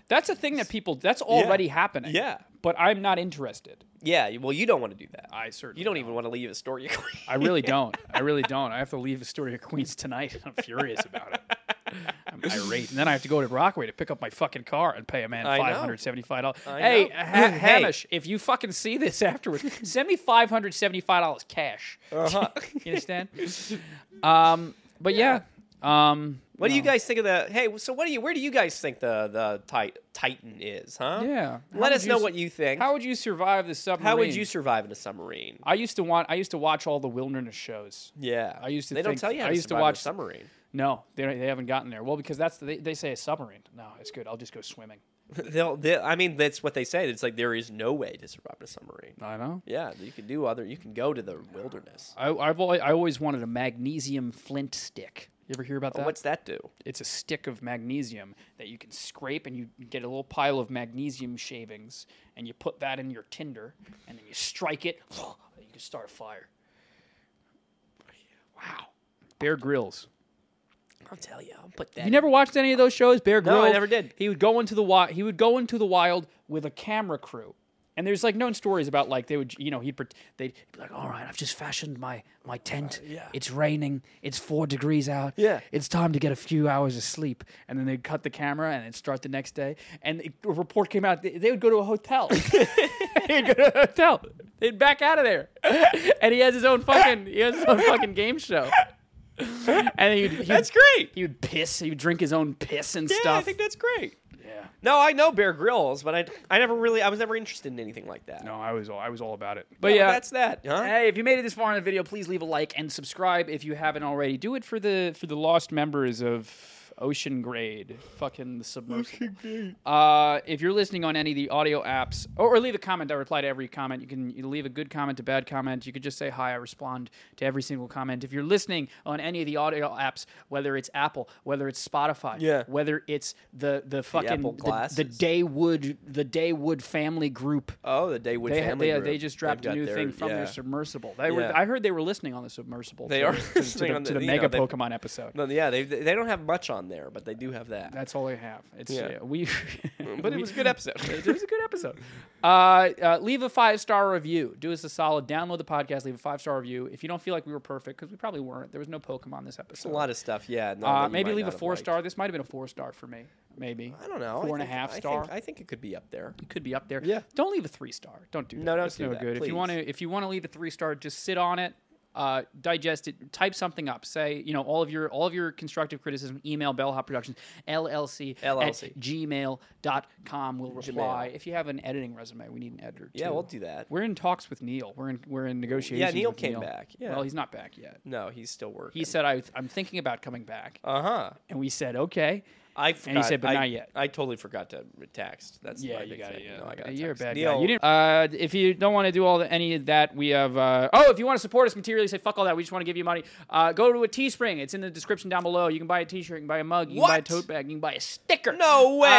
[SPEAKER 2] That's a thing that people. That's already happening.
[SPEAKER 1] Yeah.
[SPEAKER 2] But I'm not interested.
[SPEAKER 1] yeah well you don't want to do that
[SPEAKER 2] I certainly.
[SPEAKER 1] You don't even want to leave Astoria. Queens.
[SPEAKER 2] I really don't. I really don't. I have to leave Astoria, Queens tonight. I'm furious about it. I'm irate, and then I have to go to Rockaway to pick up my fucking car and pay a man
[SPEAKER 1] I know.
[SPEAKER 2] five hundred seventy-five dollars.
[SPEAKER 1] I
[SPEAKER 2] Hey,
[SPEAKER 1] know.
[SPEAKER 2] ha-
[SPEAKER 1] Hey.
[SPEAKER 2] Hamish, if you fucking see this afterwards, send me five hundred seventy-five dollars cash. You understand? um, but yeah. Um,
[SPEAKER 1] What do you
[SPEAKER 2] no.
[SPEAKER 1] guys think of the? Hey, so what do you? Where do you guys think the the tit- Titan is? Huh?
[SPEAKER 2] Yeah. How
[SPEAKER 1] Let
[SPEAKER 2] would
[SPEAKER 1] us know
[SPEAKER 2] s-
[SPEAKER 1] what you think.
[SPEAKER 2] How would you survive the submarine?
[SPEAKER 1] How would you survive in a submarine?
[SPEAKER 2] I used to want. I used to watch all the wilderness shows.
[SPEAKER 1] Yeah,
[SPEAKER 2] I used to
[SPEAKER 1] They don't
[SPEAKER 2] think-
[SPEAKER 1] tell you. How
[SPEAKER 2] I
[SPEAKER 1] to
[SPEAKER 2] used to
[SPEAKER 1] survive in a
[SPEAKER 2] watch-
[SPEAKER 1] submarine.
[SPEAKER 2] No, they don't- they haven't gotten there. Well, because that's they, they say a submarine. No, it's good. I'll just go swimming.
[SPEAKER 1] They'll, they I mean, that's what they say. It's like there is no way to survive in a submarine.
[SPEAKER 2] I know.
[SPEAKER 1] Yeah, you can do other. You can go to the wilderness.
[SPEAKER 2] I, I've always, I always wanted a magnesium flint stick. You ever hear about that?
[SPEAKER 1] Oh, What's that do?
[SPEAKER 2] it's a stick of magnesium that you can scrape, and you get a little pile of magnesium shavings, and you put that in your tinder, and then you strike it. and you can start a fire. Wow. Bear Grylls.
[SPEAKER 1] I'll tell you. I'll put that.
[SPEAKER 2] You never watched any of those shows, Bear Grylls?
[SPEAKER 1] I never did.
[SPEAKER 2] He would go into the wild. He would go into the wild with a camera crew, and there's like known stories about like they would, you know, he'd pret- they'd be like, "All right, I've just fashioned my my tent.
[SPEAKER 1] Uh, yeah.
[SPEAKER 2] It's raining. It's four degrees out.
[SPEAKER 1] Yeah.
[SPEAKER 2] it's time to get a few hours of sleep." And then they'd cut the camera and it'd start the next day. And it- a report came out. They, they would go to a hotel. they'd go to a hotel. They'd back out of there. and he has his own fucking he has his own fucking game show. and then you'd, he'd,
[SPEAKER 1] That's great.
[SPEAKER 2] He would piss. He would drink his own piss and
[SPEAKER 1] Yeah,
[SPEAKER 2] stuff.
[SPEAKER 1] I think that's great.
[SPEAKER 2] yeah.
[SPEAKER 1] No, I know Bear Grylls, but I, I never really, I was never interested in anything like that.
[SPEAKER 2] No, I was all, I was all about it. But
[SPEAKER 1] Oh,
[SPEAKER 2] yeah,
[SPEAKER 1] that's that, huh?
[SPEAKER 2] Hey, if you made it this far in the video, please leave a like and subscribe if you haven't already. Do it for the for the lost members of Ocean Grade, fucking the submersible. Uh, if you're listening on any of the audio apps, or, or leave a comment. I reply to every comment. You can you leave a good comment, a bad comment. You could just say hi. I respond to every single comment. If you're listening on any of the audio apps, whether it's Apple, whether it's Spotify,
[SPEAKER 1] Yeah.
[SPEAKER 2] whether it's the the fucking
[SPEAKER 1] Apple
[SPEAKER 2] the, the
[SPEAKER 1] glasses.
[SPEAKER 2] Daywood the Daywood family group
[SPEAKER 1] Oh, the Daywood
[SPEAKER 2] they, had-
[SPEAKER 1] family.
[SPEAKER 2] they, uh,
[SPEAKER 1] group.
[SPEAKER 2] they just dropped
[SPEAKER 1] They've
[SPEAKER 2] a
[SPEAKER 1] got
[SPEAKER 2] new thing
[SPEAKER 1] their-
[SPEAKER 2] from
[SPEAKER 1] yeah.
[SPEAKER 2] their submersible. They were,
[SPEAKER 1] Yeah.
[SPEAKER 2] I heard they were listening on the submersible.
[SPEAKER 1] They
[SPEAKER 2] to-
[SPEAKER 1] are
[SPEAKER 2] to- to,
[SPEAKER 1] listening
[SPEAKER 2] the,
[SPEAKER 1] on
[SPEAKER 2] to
[SPEAKER 1] the-
[SPEAKER 2] the
[SPEAKER 1] you know,
[SPEAKER 2] Mega
[SPEAKER 1] they've-
[SPEAKER 2] Pokemon episode.
[SPEAKER 1] No, yeah, they they don't have much on there, but they do have that.
[SPEAKER 2] That's all they have. It's
[SPEAKER 1] Yeah.
[SPEAKER 2] yeah, we.
[SPEAKER 1] but it was a good
[SPEAKER 2] it
[SPEAKER 1] episode.
[SPEAKER 2] was a good episode. Uh, uh, leave a five star review. Do us a solid. Download the podcast. Leave a five star review. If you don't feel like we were perfect, because we probably weren't. There was no Pokemon this
[SPEAKER 1] a
[SPEAKER 2] episode.
[SPEAKER 1] lot of stuff, yeah. no, that
[SPEAKER 2] Uh,
[SPEAKER 1] you
[SPEAKER 2] maybe
[SPEAKER 1] might
[SPEAKER 2] leave
[SPEAKER 1] not
[SPEAKER 2] a
[SPEAKER 1] have
[SPEAKER 2] four
[SPEAKER 1] liked.
[SPEAKER 2] star. This might have been a four star for me. Maybe.
[SPEAKER 1] I don't know.
[SPEAKER 2] Four and a
[SPEAKER 1] I think-
[SPEAKER 2] half
[SPEAKER 1] I think-
[SPEAKER 2] star.
[SPEAKER 1] I think, it could be up there.
[SPEAKER 2] could be up there.
[SPEAKER 1] Yeah.
[SPEAKER 2] Don't leave a three star. Don't do that.
[SPEAKER 1] No, don't
[SPEAKER 2] That's
[SPEAKER 1] do
[SPEAKER 2] no
[SPEAKER 1] that,
[SPEAKER 2] good. If you
[SPEAKER 1] please.
[SPEAKER 2] want to, if you want to leave a three star, just sit on it, uh, digest it, type something up. Say, you know, all of your all of your constructive criticism, email Bellhop Productions LLC,
[SPEAKER 1] LLC.
[SPEAKER 2] at gmail.com. We'll reply.
[SPEAKER 1] Gmail.
[SPEAKER 2] If you have an editing resume, we need an editor.
[SPEAKER 1] Yeah,
[SPEAKER 2] too.
[SPEAKER 1] we'll do that.
[SPEAKER 2] We're in talks with Neil. We're in we're in negotiations.
[SPEAKER 1] Neil
[SPEAKER 2] with
[SPEAKER 1] came back, yeah.
[SPEAKER 2] Well, he's not back yet.
[SPEAKER 1] No, he's still working.
[SPEAKER 2] He said, I, "I'm thinking about coming back,"
[SPEAKER 1] "Uh huh."
[SPEAKER 2] and we said, "Okay."
[SPEAKER 1] I forgot.
[SPEAKER 2] said, "But
[SPEAKER 1] I,
[SPEAKER 2] not yet."
[SPEAKER 1] I totally forgot to text. That's my
[SPEAKER 2] Yeah, you
[SPEAKER 1] big
[SPEAKER 2] got it.
[SPEAKER 1] thing.
[SPEAKER 2] Yeah,
[SPEAKER 1] No, I gotta
[SPEAKER 2] you're a
[SPEAKER 1] text.
[SPEAKER 2] bad
[SPEAKER 1] Neil,
[SPEAKER 2] guy. You didn't, uh, if you don't want to do all the, any of that, we have. Uh, oh, if you want to support us materially, say fuck all that. We just want to give you money. Uh, go to a Teespring. It's in the description down below. You can buy a T-shirt, you can buy a mug, you can buy a
[SPEAKER 1] What?
[SPEAKER 2] tote bag, you can buy a sticker.
[SPEAKER 1] No way.
[SPEAKER 2] Uh,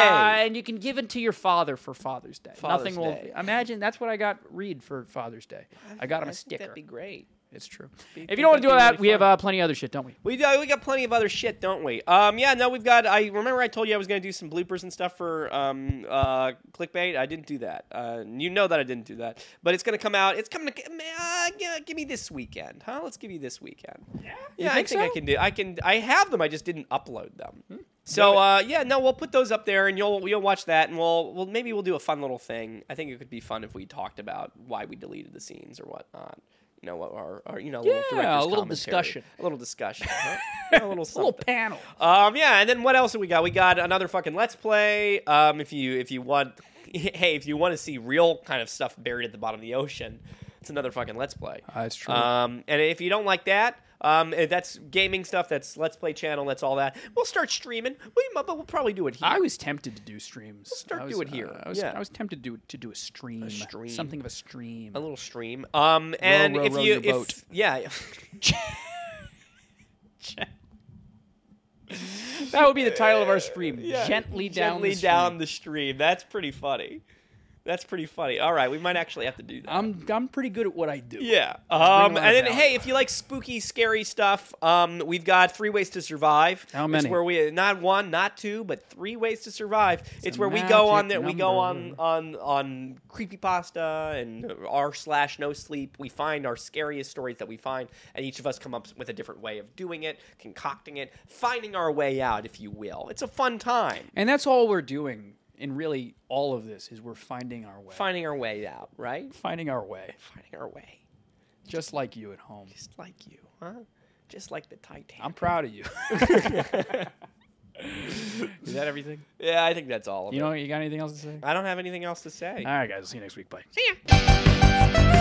[SPEAKER 2] and you can give it to your father for Father's Day.
[SPEAKER 1] Father's
[SPEAKER 2] Nothing
[SPEAKER 1] Day.
[SPEAKER 2] will. Imagine that's what I got Reed for Father's Day. I got him a sticker.
[SPEAKER 1] That'd be great.
[SPEAKER 2] it's true.
[SPEAKER 1] think
[SPEAKER 2] if you don't want
[SPEAKER 1] that'd
[SPEAKER 2] to do all
[SPEAKER 1] be
[SPEAKER 2] that,
[SPEAKER 1] really
[SPEAKER 2] we have
[SPEAKER 1] fun.
[SPEAKER 2] uh, plenty of other shit, don't we?
[SPEAKER 1] We do, we got plenty of other shit, don't we? Um, yeah, no, we've got. I remember I told you I was going to do some bloopers and stuff for um, uh, clickbait. I didn't do that. Uh, you know that I didn't do that. But it's going to come out. It's coming. To, uh, gi- give me this weekend, huh? Let's give you this weekend. Yeah, yeah.
[SPEAKER 2] think
[SPEAKER 1] I think
[SPEAKER 2] so? Hmm.
[SPEAKER 1] I can do. I can. I have them. I just didn't upload them. So uh, yeah, no, we'll put those up there, and you'll you'll watch that, and we'll we'll maybe we'll do a fun little thing. I think it could be fun if we talked about why we deleted the scenes or whatnot. You know what? Our, our you know little
[SPEAKER 2] Yeah, a
[SPEAKER 1] director's
[SPEAKER 2] little
[SPEAKER 1] commentary.
[SPEAKER 2] discussion.
[SPEAKER 1] A little discussion. huh? a little
[SPEAKER 2] A little
[SPEAKER 1] something.
[SPEAKER 2] panel.
[SPEAKER 1] Um, yeah, and then what else have we got? We got another fucking let's play. Um, if you if you want, hey, if you want to see real kind of stuff buried at the bottom of the ocean, it's another fucking let's play.
[SPEAKER 2] That's true.
[SPEAKER 1] Um, and if you don't like that. Um, if that's gaming stuff. That's Let's Play channel. That's all that. We'll start streaming. We, mu- but we'll probably do it here.
[SPEAKER 2] I was tempted to do streams.
[SPEAKER 1] start
[SPEAKER 2] I was,
[SPEAKER 1] doing here.
[SPEAKER 2] uh, I was,
[SPEAKER 1] Yeah.
[SPEAKER 2] I was tempted to do, to do a stream,
[SPEAKER 1] stream.
[SPEAKER 2] something of a stream.
[SPEAKER 1] a little stream. Um, and
[SPEAKER 2] row,
[SPEAKER 1] if
[SPEAKER 2] row
[SPEAKER 1] you,
[SPEAKER 2] your
[SPEAKER 1] if
[SPEAKER 2] boat.
[SPEAKER 1] yeah,
[SPEAKER 2] that would be the title of our stream.
[SPEAKER 1] Yeah,
[SPEAKER 2] Gently down.
[SPEAKER 1] gently
[SPEAKER 2] the stream.
[SPEAKER 1] down the stream. That's pretty funny. That's pretty funny. All right, we might actually have to do that.
[SPEAKER 2] I'm I'm pretty good at what I do.
[SPEAKER 1] Yeah.
[SPEAKER 2] lot
[SPEAKER 1] Um,
[SPEAKER 2] of
[SPEAKER 1] and then,
[SPEAKER 2] value.
[SPEAKER 1] hey, if you like spooky, scary stuff, um, we've got three ways to survive.
[SPEAKER 2] How
[SPEAKER 1] It's
[SPEAKER 2] many?
[SPEAKER 1] where we not one, not two, but three ways to survive. It's,
[SPEAKER 2] a
[SPEAKER 1] where we go on
[SPEAKER 2] magic
[SPEAKER 1] there. We go on
[SPEAKER 2] number.
[SPEAKER 1] on on creepypasta and r slash no sleep. We find our scariest stories that we find, and each of us come up with a different way of doing it, concocting it, finding our way out, if you will. It's a fun time.
[SPEAKER 2] And that's all we're doing in really all of this is we're finding our way.
[SPEAKER 1] Finding our way out, right?
[SPEAKER 2] finding our way,
[SPEAKER 1] Finding our way,
[SPEAKER 2] just like you at home.
[SPEAKER 1] just like you, huh? Just like the Titanic.
[SPEAKER 2] I'm proud of you. is that everything?
[SPEAKER 1] yeah, I think that's all of
[SPEAKER 2] You
[SPEAKER 1] it. Uh,
[SPEAKER 2] know, you got anything else to say?
[SPEAKER 1] I don't have anything else to say.
[SPEAKER 2] All right, guys. I'll see you next week. Bye.
[SPEAKER 1] See ya.